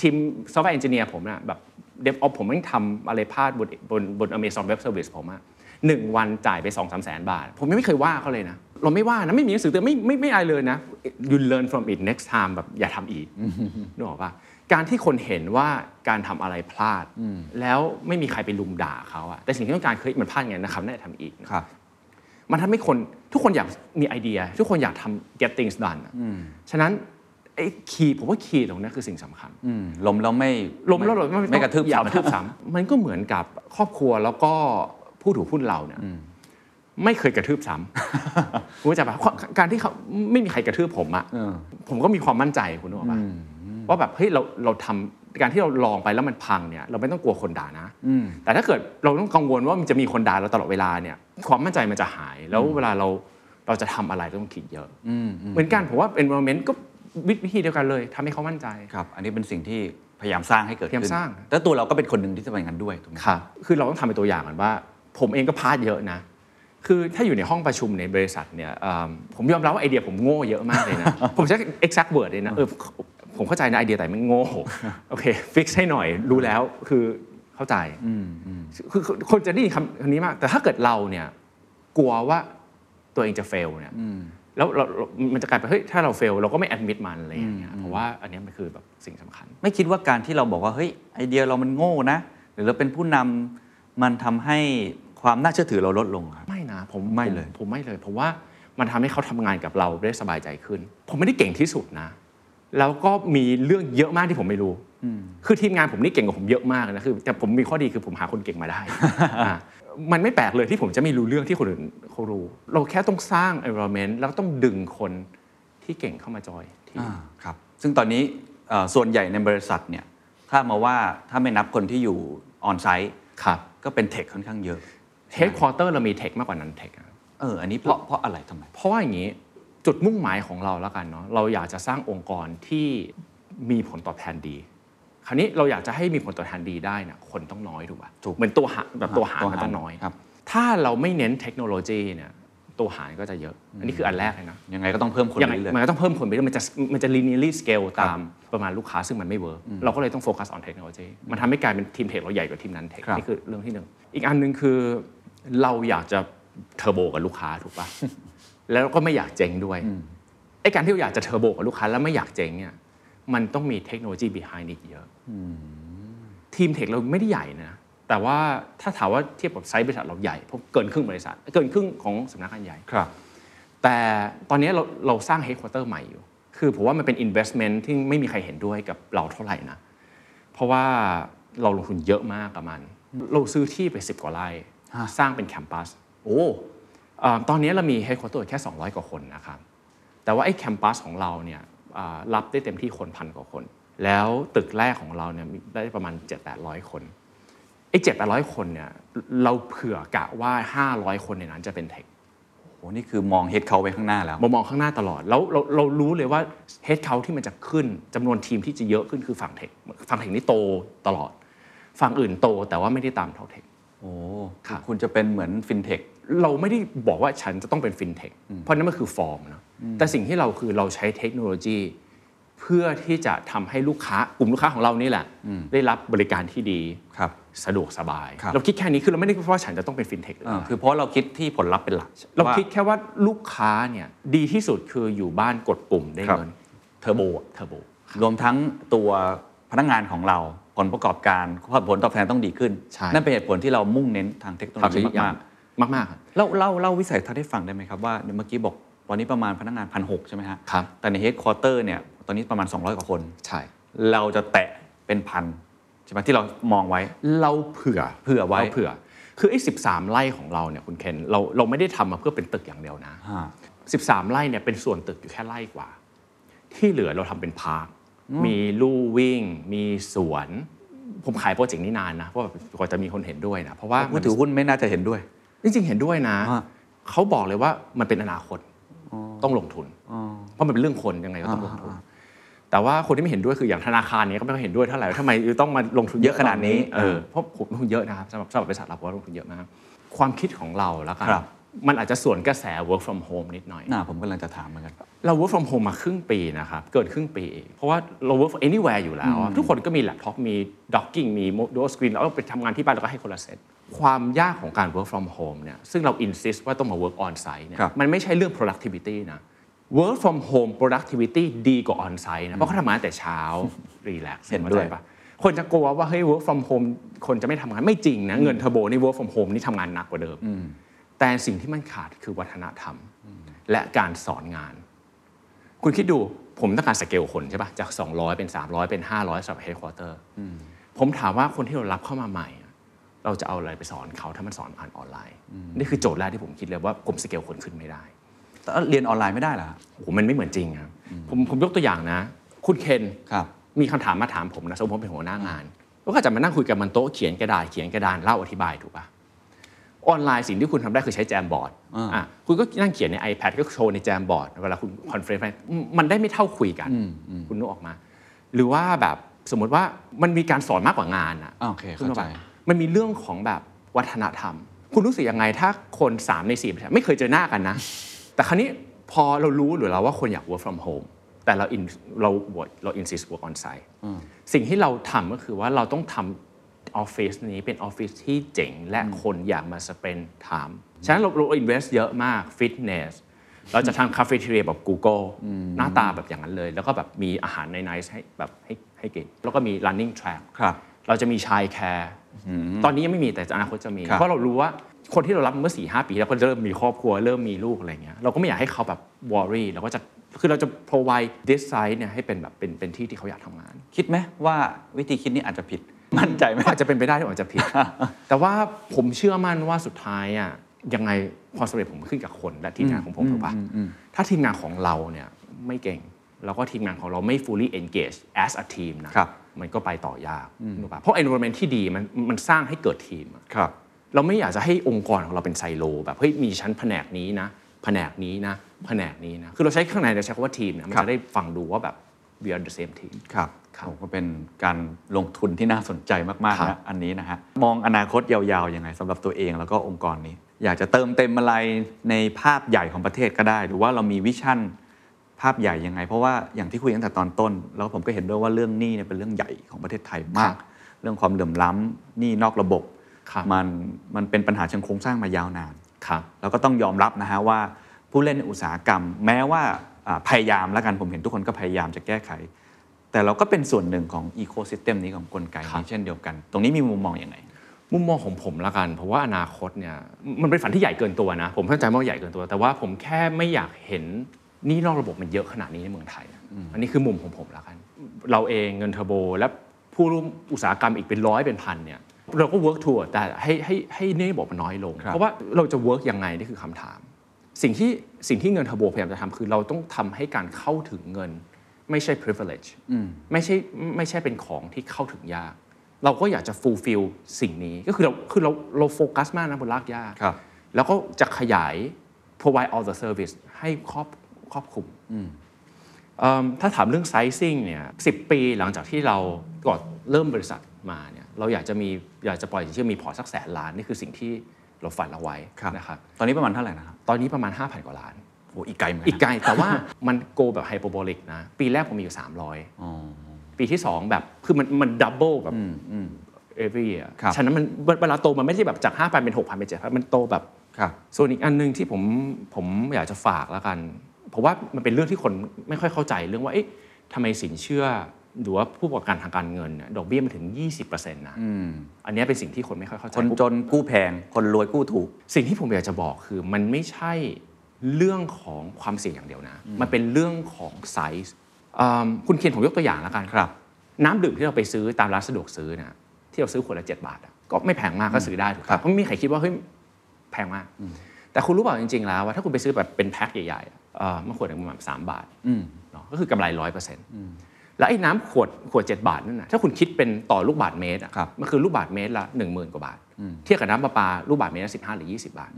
ทีม software engineer ผมน่ะแบบเด v อ p ผมแม่งทำอะไรพลาดบนบนบน Amazon Web Service ผมอะหนึ่งวันจ่ายไป2องสามแสนบาท ผมยังไม่เคยว่าเขาเลยนะ เราไม่ว่านะ ไม่มีหนังสือเตือนไม่ไม่ไม่อะไรเลยนะ you learn from it next time แบบอย่าทำอีกนึกออกปะการที่คนเห็นว่าการทำอะไรพลาด แล้วไม่มีใครไปลุมด่าเขาอะแต่สิ่งที่ต้องการคือมันพลาดไงนะครับน่าจะทำอีกนะ
ครับ
มันทำให้คนทุกคนอยากมีไอเดีย ทุกคนอยากทำ get things done อะฉะนั้นไอ้คีย์ผมว่าคีย์ตรงนี้คือสิ่งสำคัญ
อืมล้มแล้วไม่
ล้มแล้วเรา
ไม่ไม่กระทืบ
อย่า
ซ้ำ
กระทืบซ้ำมันก็เหมือนกับครอบครัวแล้วก็ผู้ถือหุ้นเราเนี่ยไม่เคยกระทืบซ้ ำ รู้จักปะข้อการที่เขาไม่มีใครกระทืบผมอะ
เออ
ผมก็มีความมั่นใจคุณรู้ปะว่าแบบเฮ้ยเราเราทำการที่เราลองไปแล้วมันพังเนี่ยเราไม่ต้องกลัวคนด่านะ
อืม
แต่ถ้าเกิดเราต้องกังวลว่ามันจะมีคนด่าเราตลอดเวลาเนี่ยความมั่นใจมันจะหาย แล้วเวลาเราเราจะทำอะไรต้องคิดเยอะ
อืมอืม
เหมือนกันผมว่า environment ก็วิวิธีเดียวกันเลยทำให้เขามั่นใจ
ครับ อันนี้เป็นสิ่งที่พยายามสร้างให้เกิด
พยายา
ขึ้น
มสร้าง
แล้วตัวเราก็เป็นคนหนึ่งที่จะเป็นอย่างนั้นด้วยถูกไหม
ครับคือเราต้องทำเป็นตัวอย่างก่อนว่า ผมเองก็พลาดเยอะนะ คือถ้าอยู่ในห้องประชุมในบริษัทเนี่ยเอิ่มผมยอมรับว่าไอเดียผมโง่เยอะมากเลยนะ ผมใช้ exact word เลยนะเออผมเข้าใจนะไอเดียแต่มันโง่ โอเค fix ให้หน่อยรู้แล้วคือเข้าใจคือคือคนจะได้ยินคำคำนี้มาก แต่ถ้าเกิดเราเนี่ยกลัวว่าตัวเองจะ fail เนี่ยแล้วเราเรามันจะกลายเป็นเฮ้ยถ้าเรา fail เราก็ไม่ admit มันอะไรอย่างเงี้ยผมว่าอันเนี้ยมันคือแบบสิ่งสำคัญ
ไม่คิดว่าการที่เราบอกว่าเฮ้ยไอเดียเรามันโง่นะ หรือเราเป็นผู้นำมันทำให้ความน่าเชื่อถือเราลดลงครับ
ไม่นะผม
ไม่
ผ
เลย
ผมไม่เลยผมว่ามันทำให้เขาทำงานกับเราได้สบายใจขึ้น ผมไม่ได้เก่งที่สุดนะ แล้วก็มีเรื่องเยอะมากที่ผมไม่รู้ คือทีมงานผมนี่เก่งกว่าผมเยอะมากนะคือแต่ผมมีข้อดีคือผมหาคนเก่งมา ได้อ่ะมันไม่แปลกเลยที่ผมจะไม่รู้เรื่องที่คนอื่นเขารู้ เราแค่ต้องสร้าง environment แล้วก็ต้องดึงคนที่เก่งเข้ามาจอยทีม
าครับ ซึ่งตอนนี้เอ่อส่วนใหญ่ในบริษัทเนี่ยถ้ามาว่าถ้าไม่นับคนที่อยู่ออนไซต์
ครับ
ก็เป็นเทคค่อนข้างเยอะ
head quarter เรามี tech มากกว่านั้น tech นะ
เอออันนี้เพราะเพราะอะไรทำไม
เพราะว่าอย่างนี้จุดมุ่งหมายของเราแล้วกันเนาะเราอยากจะสร้างองค์กรที่มีผลตอบแทนดี คราวนี้เราอยากจะให้มีผลตอบแทนดีได้นะคนต้องน้อยถูกป่ะ
ถูก
เหมือนตัวหารแบบตัวหาร
ตัวหาร
มันต้องน้อย
ครับ
ถ้าเราไม่เน้นเทคโนโลยีเนี่ยตัวหารก็จะเยอะ อันนี้คืออันแรกเลยนะ
ยังไงก็ต้องเพิ่มคน
ยังไง
เรื่อย
มันก็ต้องเพิ่มคนไปเรื่อยมันจะมันจะ linearly scale ตามประมาณลูกค้าซึ่งมันไม่เวิร์กเราก็เลยต้องโฟกัส on เทคโนโลยีมันทำให้กลายเป็นทีมเทคเราใหญ่กว่าทีมนั้นเทคนี่คือเรื่องที่หนึ่งอีกอันหนึ่งคือเราอยากจะเทอร์โบกับลูกค้า ถูกป่ะ แล้วก็ไม่อยากเจ๊งด้วยไอ้การที่เราอยากจะเทอร์โบกับลูกค้าแล้วไม่อยากเจ๊งเนี่ยมันต้องมีเทคโนโลยี behind อีกเยอะทีมเทคเราไม่ได้ใหญ่นะแต่ว่าถ้าถามว่าเทียบกับไซส์บริษัทเราใหญ่เพราะเกินครึ่งบริษัท เกินครึ่งของสำนักงานใหญ่
ๆครับ
แต่ตอนนี้เราเราสร้างเฮดค q u เตอร์ใหม่อยู่ คือผมว่ามันเป็น investment ที่ไม่มีใครเห็นด้วยกับเราเท่าไหร่นะ เพราะว่าเราลงทุนเยอะมากกับมัน เราซื้อที่ไป 10 กว่าไร่สร้างเป็นแคมปัส โอ้เอ่อตอนนี้เรามีเฮดค q u เตอร์แค่ 200 กว่าคนนะครับ แต่ว่าไอ้แคมปัสของเราเนี่ยอ่ารับได้เต็มที่คนพันกว่าคน แล้วตึกแรกของเราเนี่ยมีได้ประมาณ 7-800 คน ไอ้7-800 คนเนี่ยเราเผื่อกะว่า 500 คนในนั้นจะเป็นเทค
โหนี่คือมองเฮดเขาไปข้างหน้าแล้ว
มามองข้างหน้าตลอด แล้วเราเรารู้เลยว่าเฮดเขาที่มันจะขึ้นจำนวนทีมที่จะเยอะขึ้นคือฝั่งเทคฝั่งเทคนี่โตตลอด ฝั่งอื่นโตแต่ว่าไม่ได้ตามเท่าเทค
โอ้
ครับ
คุณจะเป็นเหมือนฟินเทค
เราไม่ได้บอกว่าฉันจะต้องเป็นฟินเทคเพราะนั่นมันคือฟอร์มนะแต่สิ่งที่เราคือเราใช้เทคโนโลยี เพื่อที่จะทำให้ลูกค้ากลุ่มลูกค้าของเรานี่แหละ ได้รับบริการที่ดี
ครับ
สะดวกสบาย
ครับ
เราคิดแค่นี้คือเราไม่ได้คิดว่าฉันจะต้องเป็นฟินเทคหรือ
อ่า
อะไร
คือเพราะเราคิดที่ผลลัพธ์เป็นหลัก
เราคิดแค่ว่าลูกค้าเนี่ยดีที่สุดคืออยู่บ้านกดปุ่มได้เงินเทอร์โบเทอร์โบ
รวมทั้งตัวพนักงานของเราผลประกอบการผลตอบแทนต้องดีขึ้น
ใช่
นั่นเป็นเหตุผลที่เรามุ่งเน้นทางเทคโนโลยีมากๆ
มากมากๆครับ
เล่าเล่าเล่าวิสัยทัศน์ให้ฟังได้ไหมครับ ว่าเมื่อกี้บอกตอนนี้ประมาณพนักงานพันหกใช่ไหมฮะ
ครับ
แต่ในเฮดคอร์เตอร์เนี่ยตอนนี้ประมาณ 200 กว่าคน
ใช่
เราจะแตะเป็นพันใช่ไหมที่เรามองไว้
เราเผื่อ
เผื่อไว้
ราเผื่อ คือไอ้สิบสามไร่ของเราเนี่ยคุณเคนเราเราไม่ได้ทำมาเพื่อเป็นตึกอย่างเดียวนะ
อ่า
สิบสามไร่เนี่ยเป็นส่วนตึกอยู่แค่ไร่กว่า ที่เหลือเราทำเป็นพาร์คมีลู่วิ่ง มีสวน ผมขายโปรเจกต์นี้นานนะเพราะแบบกว่าจะมีคนเห็นด้วยนะเพราะว่า
ผู้ถือหุ้นไม่น่าจะเห็นด้วย
จริงๆเห็นด้วยนะ
อ่า
เขาบอกเลยว่ามันเป็นอนาคตต้องลงทุน เพราะมันเป็นเรื่องคนยังไงก็ต้องลงทุน แต่ว่าคนที่ไม่เห็นด้วยคืออย่างธนาคารเนี้ยก็ไม่ค่อยเห็นด้วย เท่าไหร่ว่าทำไมต้องมาลงทุน
เยอะขนาดนี้
เออเพราะผมลงทุนเยอะนะครับสำหรับสำหรับบริษัทเราผมว่าลงทุนเยอะมาก ความคิดของเราแล้วกัน
ครับ
มันอาจจะส่วนกระแส work from home นิดหน่อย
น่าผมกำลังจะถามเหมือนกัน
เรา work from home มาครึ่งปีนะครับ เกินครึ่งปี เพราะว่าเรา work from anywhere อยู่แล้วอะทุกคนก็มีแล็ปท็อปมี docking มี dual screen แล้วก็ไปทำงานที่บ้านแล้วก็ให้คนละเซตความยากของการ work from home เนี่ยซึ่งเรา insist ว่าต้องมา work on site เนี่ย
ครับ
มันไม่ใช่เรื่อง productivity นะ work from home productivity ดีกว่า on site นะเพราะเขาทำงานตั้งแต่ เช้า relax
เห็นด้วย
ข้าใจปะคนจะกลัวว่าเฮ้ย work from home คนจะไม่ทำงานไม่จริงนะเงินเทอร์โบนี่ work from home นี่ทำงานหนักกว่าเดิม แต่สิ่งที่มันขาดคือวัฒนธรรม และการสอนงาน คุณคิดดูผมต้องการสเกลคนใช่ปะจาก 200 เป็น 300 เป็น 500สำหรับเฮดค q อเตอร์ผมถามว่าคนที่เรารับเข้ามาใหม่อะเราจะเอาอะไรไปสอนเขาถ้ามันสอนผ่านออนไลน์ นี่คือโจทย์แรกที่ผมคิดเลยว่าผมสเกลคนขึ้นไม่ได้
แต่เรียนออนไลน์ไม่ได้เหรอฮะ
โอ้โหมันไม่เหมือนจริงครับ ผมผมยกตัวอย่างนะ คุณเคน
ครับ
มีคำถามมาถามผมนะสมมติผมเป็นหัวหน้างานก็อาจจะมานั่งคุยกันบนโต๊ะเขียนกระดาษเขียนกระดานเล่าอธิบายถูกปะออนไลน์สิ่งที่คุณทำได้คือใช้แจมบอร์ด
อ่า
อ่ะคุณก็นั่งเขียนใน iPad ก็โชว์ในแจมบอร์ดเวลาคุณคอนเฟรนซ์มันได้ไม่เท่าคุยกัน คุณนึกออกมา หรือว่าแบบสมมติว่ามันมีการสอนมากกว่างานอ่ะ
อ่าโอเค
คุณ
เข้าใจ
ว่าแบบมันมีเรื่องของแบบวัฒนธรรม คุณรู้สึกยังไงถ้าคน 3 ใน4ประเทศไม่เคยเจอหน้ากันนะ แต่ครั้นี้พอเรารู้หรือเราว่าคนอยาก work from home แต่เรา in, เราเรา insist work on site สิ่งที่เราทำก็คือว่าเราต้องทำออฟฟิศนี้เป็นออฟฟิศที่เจ๋ง และคนอยากมา spend time ฉะนั้นเราเรา invest เยอะมาก fitness เราจะทำคาเฟ่เทเรียแบบ Google หน้าตาแบบอย่างนั้นเลย แล้วก็แบบมีอาหารในไนซ์ให้แบบให้ให้กินแล้วก็มี running track
ครับ
เราจะมีชายแคร์ตอนนี้ยังไม่มีแต่อนาคตจะมี
ครับ
เพราะเรารู้ว่าคนที่เรารับเมื่อ4ีหปีแล้วก็เริ่มมีครอบครัวเริ่มมีลูกอะไรเงี้ยเราก็ไม่อยากให้เขาแบบวอรี่เราก็จะคือเราจะ provide this site เนี่ยให้เป็นแบบเป็นเป็นที่ที่เขาอยากทำงาน
คิดไหมว่าวิธีคิดนี้อาจจะผิด มั่นใจไหม
อาจจะเป็นไปได้ที่ผมอาจจะ ผิด แต่ว่าผมเชื่อมั่นว่าสุดท้ายอ่ะยังไงความสำเร็จผมขึ้นกับคนและทีมงานของผมถูกปะถ้าทีมงานของเราเนี่ยไม่เก่ง แล้วก็ทีมงานของเราไม่ fully engaged as a team นะครับ มันก็ไปต่อยากถูกปะเพราะ environment ที่ดีมันมันสร้างให้เกิดทีมอะ
ครับ
เราไม่อยากจะให้องค์กรของเราเป็นไซโล แบบเฮ้ยมีชั้นแผนกนี้นะ แผนกนี้นะ แผนกนี้นะ คือเราใช้ข้างในเราใช้คำว่าทีมนะมัน
ครับ
จะได้ฟังดูว่าแบบ we are the same team
ครับ
ครับ
ผมก็เป็นการลงทุนที่น่าสนใจมาก ๆ
ครั
นะ
บ
อันนี้นะฮะ มองอนาคตยาวๆยังไงสำหรับตัวเองแล้วก็องค์กรนี้ อยากจะเติมเต็มอะไรในภาพใหญ่ของประเทศก็ได้ หรือว่าเรามีวิชั่นภาพใหญ่ยังไง เพราะว่าอย่างที่คุยตั้งแต่ตอนต้น แล้วผมก็เห็นด้วยว่าเรื่องหนี้เนี่ยเป็นเรื่องใหญ่ของประเทศไทยมาก เรื่องความเหลื่อมล้ำหนี้นอกระบบ
ครับ
มันมันเป็นปัญหาเชิงโครงสร้างมายาวนาน
ครับ
แล้วก็ต้องยอมรับนะฮะว่าผู้เล่นในอุตสาหกรรม แม้ว่าอ่าพยายามแล้วกันผมเห็นทุกคนก็พยายามจะแก้ไข แต่เราก็เป็นส่วนหนึ่งของอีโค y ิสเต็มนี้ของกลไก
ครับ
นี้เช่นเดียวกัน ตรงนี้มีมุมมองอย่างไง
มุมมองของผมละกัน เพราะว่าอนาคตเนี่ยมันเป็นฝันที่ใหญ่เกินตัวนะ ผมเข้าใจว่าใหญ่เกินตัว แต่ว่าผมแค่ไม่อยากเห็นหนี่นอกระบบมันเยอะขนาดนี้ในเมืองไทยนะอันนี้คือมุมของผมละกัน เราเองเงินเทอร์โบ และผู้ร่วมอุตสาหกรรมอีกเป็นร้อยเป็นพันเนี่ยเราก็ work toward แต่ให้ให้ให้หนี่ระบบมันน้อยลง
ครับ
เพราะว่าเราจะ work ยังไงนี่คือคำถาม สิ่งที่สิ่งที่เงินเทอร์โบพยายามจะทำคือเราต้องทำให้การเข้าถึงเงินไม่ใช่ privilege ไม่ใช่ไม่ใช่เป็นของที่เข้าถึงยาก เราก็อยากจะ fulfill สิ่งนี้ก็คือเราคือเราเราโฟกัสมากนะบนรากหญ้า
ครับ
แล้วก็จะขยาย provide all the service ให้ครอบครอบคลุมเอิ่มถ้าถามเรื่อง sizing เนี่ย10 ปีหลังจากที่เราก่อนเริ่มบริษัทมาเนี่ยเราอยากจะมีอยากจะปล่อยสินเชื่อมีพอร์ตสักแสนล้าน นี่คือสิ่งที่เราฝันเอาไว้นะครับ
ตอนนี้ประมาณเท่าไหร่นะครับ
ตอนนี้ประมาณ 5,000 กว่าล้าน
โอ้อีกไกลเหมือน
อีก
น
ไกล แต่ว่ามันโกแบบไฮโปโบลิกนะ ปีแรกผมมีอยู่ 300
อ๋อ
ปีที่ 2 แบบ คือมันมันดับเบิลแบบ every year
ครับ
ฉะนั้นมันเวลาโตมันไม่ใช่แบบจาก 5,000 เป็น 6,000 เป็น7,000 มันโตแบบ
ครับ
ส่วนอีกอันหนึงที่ผมผมอยากจะฝากแล้วกัน เพราะว่ามันเป็นเรื่องที่คนไม่ค่อยเข้าใจเรื่องว่าเอ๊ะทำไมสินเชื่อหรือว่าผู้ประกอบการทางการเงินเนี่ยดอกเบี้ยมันถึง 20%นะอันเนี้ยเป็นสิ่งที่คนไม่ค่อยเข้าใจ
คนจนกู้แพง คนรวยกู้ถูก
สิ่งที่ผมอยากจะบอกคือมันไม่ใช่เรื่องของความเสี่ยงอย่างเดียวนะ มันเป็นเรื่องของไซส์อืมคุณเคียนผมยกตัวอย่างแล้วกัน
ครับ
น้ำดื่มที่เราไปซื้อตามร้านสะดวกซื้อนะที่เราซื้อขวดละ7บาทอะก็ไม่แพงมากก็ซื้อได้ถูก
ครั
ปะ
บ
เพราะไม่มีใครคิดว่าเฮ้ยแพงมาก แต่คุณรู้เปล่าจริง ๆ แล้วว่าถ้าคุณไปซื้อแบบเป็นแพ็คใหญ่ๆอะเอ่อมันขวดหนึ่งประมาณสามบาทเนาะก็คือกำไรร้อยเปอร์เซ็นต์แล้วไอ้น้ำขวดขวด 7 บาทนั่นนะถ้าคุณคิดเป็นต่อลูกบาทเมตรอะ
ครับ
มันคือลูกบาทเมตรละ1 0,000กว่าบาท เทียบกับน้ำประปาลูกบาทเมตรละ15 หรือ 20 บาท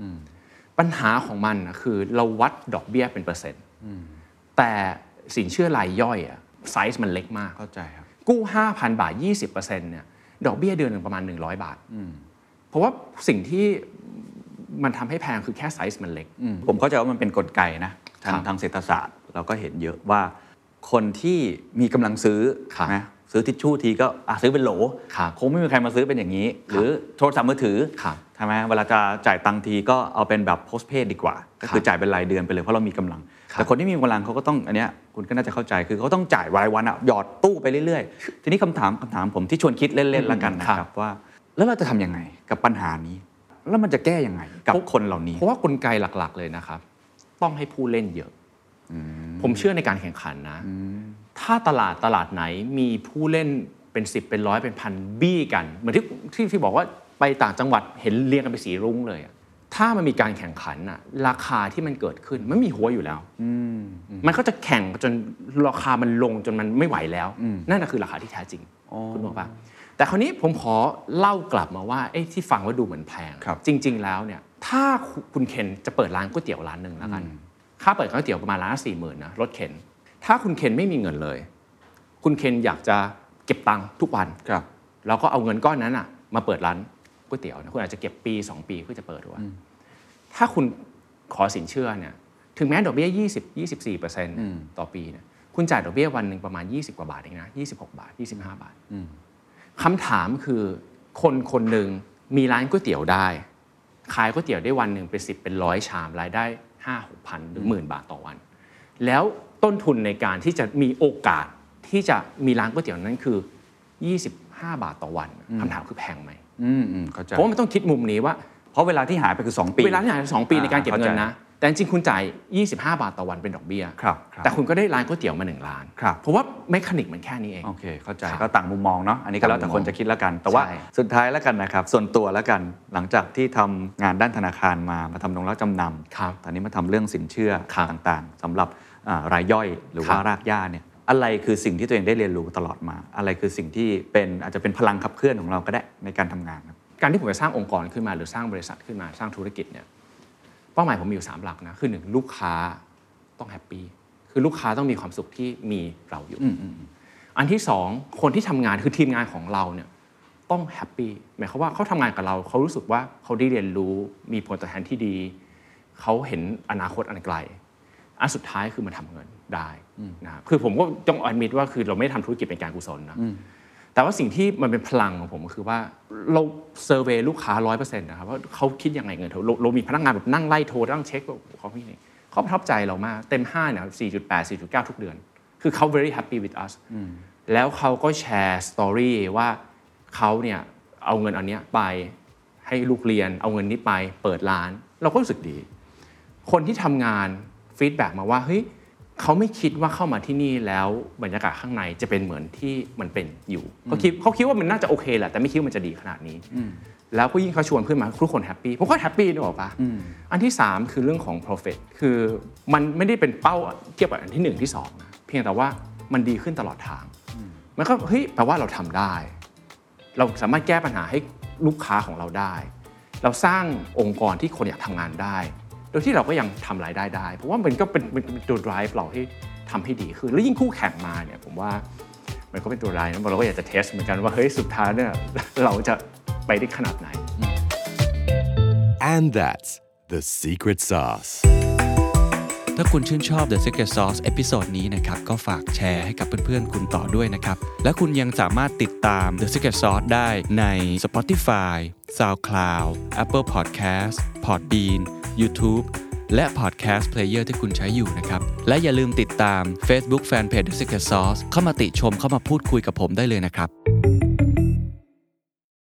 ปัญหาของมันนะคือเราวัดดอกเบี้ยเป็นเปอร์เซ็นต์แต่สินเชื่อรายย่อยอะไซส์มันเล็กมาก
เข้าใจครับ
กู้ 5,000 บาท 20%เนี่ย ดอกเบี้ยเดือนหนึ่งประมาณ 100 บาท เพราะว่าสิ่งที่ มันทำให้แพงคือแค่ไซส์มันเล็ก
อืมผมเข้าใจว่ามันเป็นกลไกนะทาง
ครับ
ทางเศรษฐศาสตร์เราก็เห็นเยอะว่า คนที่มีกำลังซื้อ
ครับ
นะซื้อทิชชู่ทีก็อ่ะซื้อเป็นโหล
ครับ
คงไม่มีใครมาซื้อเป็นอย่างนี้
ครับ
หรือโทรศัพท์มือถือ
ครับ
ใช่ไหมเวลาจะจ่ายตังค์ทีก็เอาเป็นแบบโพสเพดดีกว่า ก็คือ
ครับ
จ่ายเป็นรายเดือนไปเลยเพราะเรามีกำลัง
ครับ
แต่คนที่มีกำลังเขาก็ต้องอันเนี้ยคุณก็น่าจะเข้าใจคือเขาต้องจ่ายรายวันอะหยอดตู้ไปเรื่อยๆ ทีนี้คำถามคำถามผมที่ชวนคิดเล่นๆละกันนะครับว่า แล้วเราจะทำยังไงกับปัญหานี้ แล้วมันจะแก้ยังไงกับคนเหล่านี้
เพราะว่ากลไกหลักๆเลยนะครับ ต้องให้ผู้เล่นเยอะ ผมเชื่อในการแข่งขันนะ ถ้าตลาดตลาดไหนมีผู้เล่นเป็น 10 เป็นร้อยเป็นพันบี้กัน เหมือนที่ที่ที่บอกว่าไปต่างจังหวัดเห็นเรียงกันไปนสีรุ้งเลยอะถ้ามันมีการแข่งขันอะราคาที่มันเกิดขึ้นมันมีหัวอยู่แล้ว มันก็จะแข่งจนราคามันลงจนมันไม่ไหวแล้ว นั่นนะคือราคาที่แท้จริง
อ๋อ
คุณบอกปะแต่คราวนี้ผมขอเล่ากลับมาว่าไอ้ที่ฟังว่าดูเหมือนแพง
ครับ
จริง ๆ แล้วเนี่ยถ้าคุณเคนจะเปิดร้านก๋วยเตี๋ยวร้านหนึ่งแล้วกัน ค่าเปิดร้านก๋วยเตี๋ยวประมาณร้านสี่หมื่นนะรถเข็น ถ้าคุณเคนไม่มีเงินเลย คุณเคนอยากจะเก็บตังค์ทุกวัน
ครับ
แล้วก็เอาเงินก้อนนั้นอะมาเปิดร้านก๋วยเตี๋ยวนะคุณอาจจะเก็บปี 2 ปีเพื่อจะเปิดด้วยถ้าคุณขอสินเชื่อเนี่ยถึงแม้ดอกเบี้ย20 24%เนี่ยต่อปีเนี่ยคุณจ่ายดอกเบี้ยวันหนึ่งประมาณ 20 กว่าบาทเองนะ26 บาท 25 บาท คำถามคือคนคนหนึ่งมีร้านก๋วยเตี๋ยวได้ ขายก๋วยเตี๋ยวได้วันหนึ่งเป็นสิบเป็นร้อยชามรายได้ห้าหกพันหรือหมื่นบาทต่อวัน แล้วต้นทุนในการที่จะมีโอกาสที่จะมีร้านก๋วยเตี๋ยวนั้นคือ 25 บาทต่อวันคำถามคือแพงไหม
อืมอืมเข้าใจ
เพราะว่ามันต้องคิดมุมนี้ว่า
เพราะเวลาที่หายไปคือ 2 ปี
เวลาที่หายสองปี
อ่า
ในการเก็บเงิน
เข้าใจ
นะ แต่จริงๆคุณจ่าย 25 บาทต่อวันเป็นดอกเบี้ย
ครับครับ
แต่คุณก็ได้ร้านก๋วยเตี๋ยวมาหนึ่งร้าน
ครับ
เพราะว่าเมคานิกมันแค่นี้เอง
โอเค เข้าใจ
ครับ
ก็ต่างมุมมองเนาะอันนี้ก็แล้วแต่
ต่างมุ
ค
ม
น
มอง
จะคิดละกัน แต่ว่า
ใช่
สุดท้ายละกันนะครับ ส่วนตัวละกันหลังจากที่ทำงานด้านธนาคารมามาทำนงรักจำนำ
ครับ
ตอนนี้มาทำเรื่องสินเชื่อ
ครับ
ต่างๆสำหรับอ่ารายย่อยหรือ
ครับ
ว่ารากหญ้าเนี่ยอะไรคือสิ่งที่ตัวเองได้เรียนรู้ตลอดมา อะไรคือสิ่งที่เป็นอาจจะเป็นพลังขับเคลื่อนของเราก็ได้ในการทำงานครับ
การที่ผมจะสร้างองค์กรขึ้นมาหรือสร้างบริษัทขึ้นมาสร้างธุรกิจเนี่ยเป้าหมายผมมีอยู่ 3 หลักนะคือหนึ่งลูกค้าต้องแฮปปี้คือลูกค้าต้องมีความสุขที่มีเราอยู่ อันที่ 2 คนที่ทำงานคือทีมงานของเราเนี่ยต้องแฮปปี้หมายความว่าเขาทำงานกับเราเขารู้สึกว่าเขาได้เรียนรู้มีผลตอบแทนที่ดี เขาเห็นอนาคตอันไกล อันสุดท้ายคือมันทำเงินได้นะครับคือผมก็ต้องอ d มิ t ว่าคือเราไม่ได้ทำธุรกิจเป็นการกุศลนะ แต่ว่าสิ่งที่มันเป็นพลังของผมก็คือว่าเราเซอร์เวยลูกค้าร้อยเปอร์เซ็นต์นะครับว่าเขาคิดยังไงเงินเถอะเราเรามีพนักงานแบบนั่งไล่โทรนั่งเช็คว่าเขาคิดยังไงเขาประทับใจเรามาก เต็ม 5 เนี่ย 4.8 4.9 ทุกเดือน คือเขา very happy with us แล้วเขาก็แชร์สตอรี่ว่าเขาเนี่ยเอาเงินอันเนี้ยไปให้ลูกเรียน เอาเงินนี้ไปเปิดร้าน เราก็รู้สึกดี คนที่ทำงานฟีดแบ็กมาว่าเฮ้ยเขาไม่คิดว่าเข้ามาที่นี่แล้วบรรยากาศข้างในจะเป็นเหมือนที่มันเป็นอยู่เขาคิดเขาคิดว่ามันน่าจะโอเคแหละแต่ไม่คิดว่ามันจะดีขนาดนี้ แล้วก็ยิ่งเขาชวนเพื่อนมาทุกคนแฮปปี้ผมก็แฮปปี้ด้วยหรอกปะอันที่ 3 คือเรื่องของ profit คือมันไม่ได้เป็นเป้าเทียบกับอันที่ 1 ที่2นะเพียงแต่ว่ามันดีขึ้นตลอดทางมันก็เฮ้ยแปลว่าเราทำได้ เราสามารถแก้ปัญหาให้ลูกค้าของเราได้ เราสร้างองค์กรที่คนอยากทำงานได้ โดยที่เราก็ยังทำรายได้ได้ เพราะว่ามันก็เป็นเป็นเป็นตัว drive เราที่ทำให้ดีขึ้น แล้วยิ่งคู่แข่งมาเนี่ยผมว่ามันก็เป็นตัว drive นะเราก็อยากจะ test เหมือนกันว่าเฮ้ยสุดท้ายเนี่ย เราจะไปได้ขนาดไหน
And that's the secret sauce.
ถ้าคุณชื่นชอบ The Secret Sauce เอพิโซดนี้นะครับ ก็ฝากแชร์ให้กับเพื่อนๆ คุณต่อด้วยนะครับ และคุณยังสามารถติดตาม The Secret Sauce ได้ใน Spotify, SoundCloud, Apple Podcast, Podbean, YouTube และ Podcast Player ที่คุณใช้อยู่นะครับ และอย่าลืมติดตาม Facebook Fanpage The Secret Sauce เข้ามาติชมเข้ามาพูดคุยกับผมได้เลยนะครับ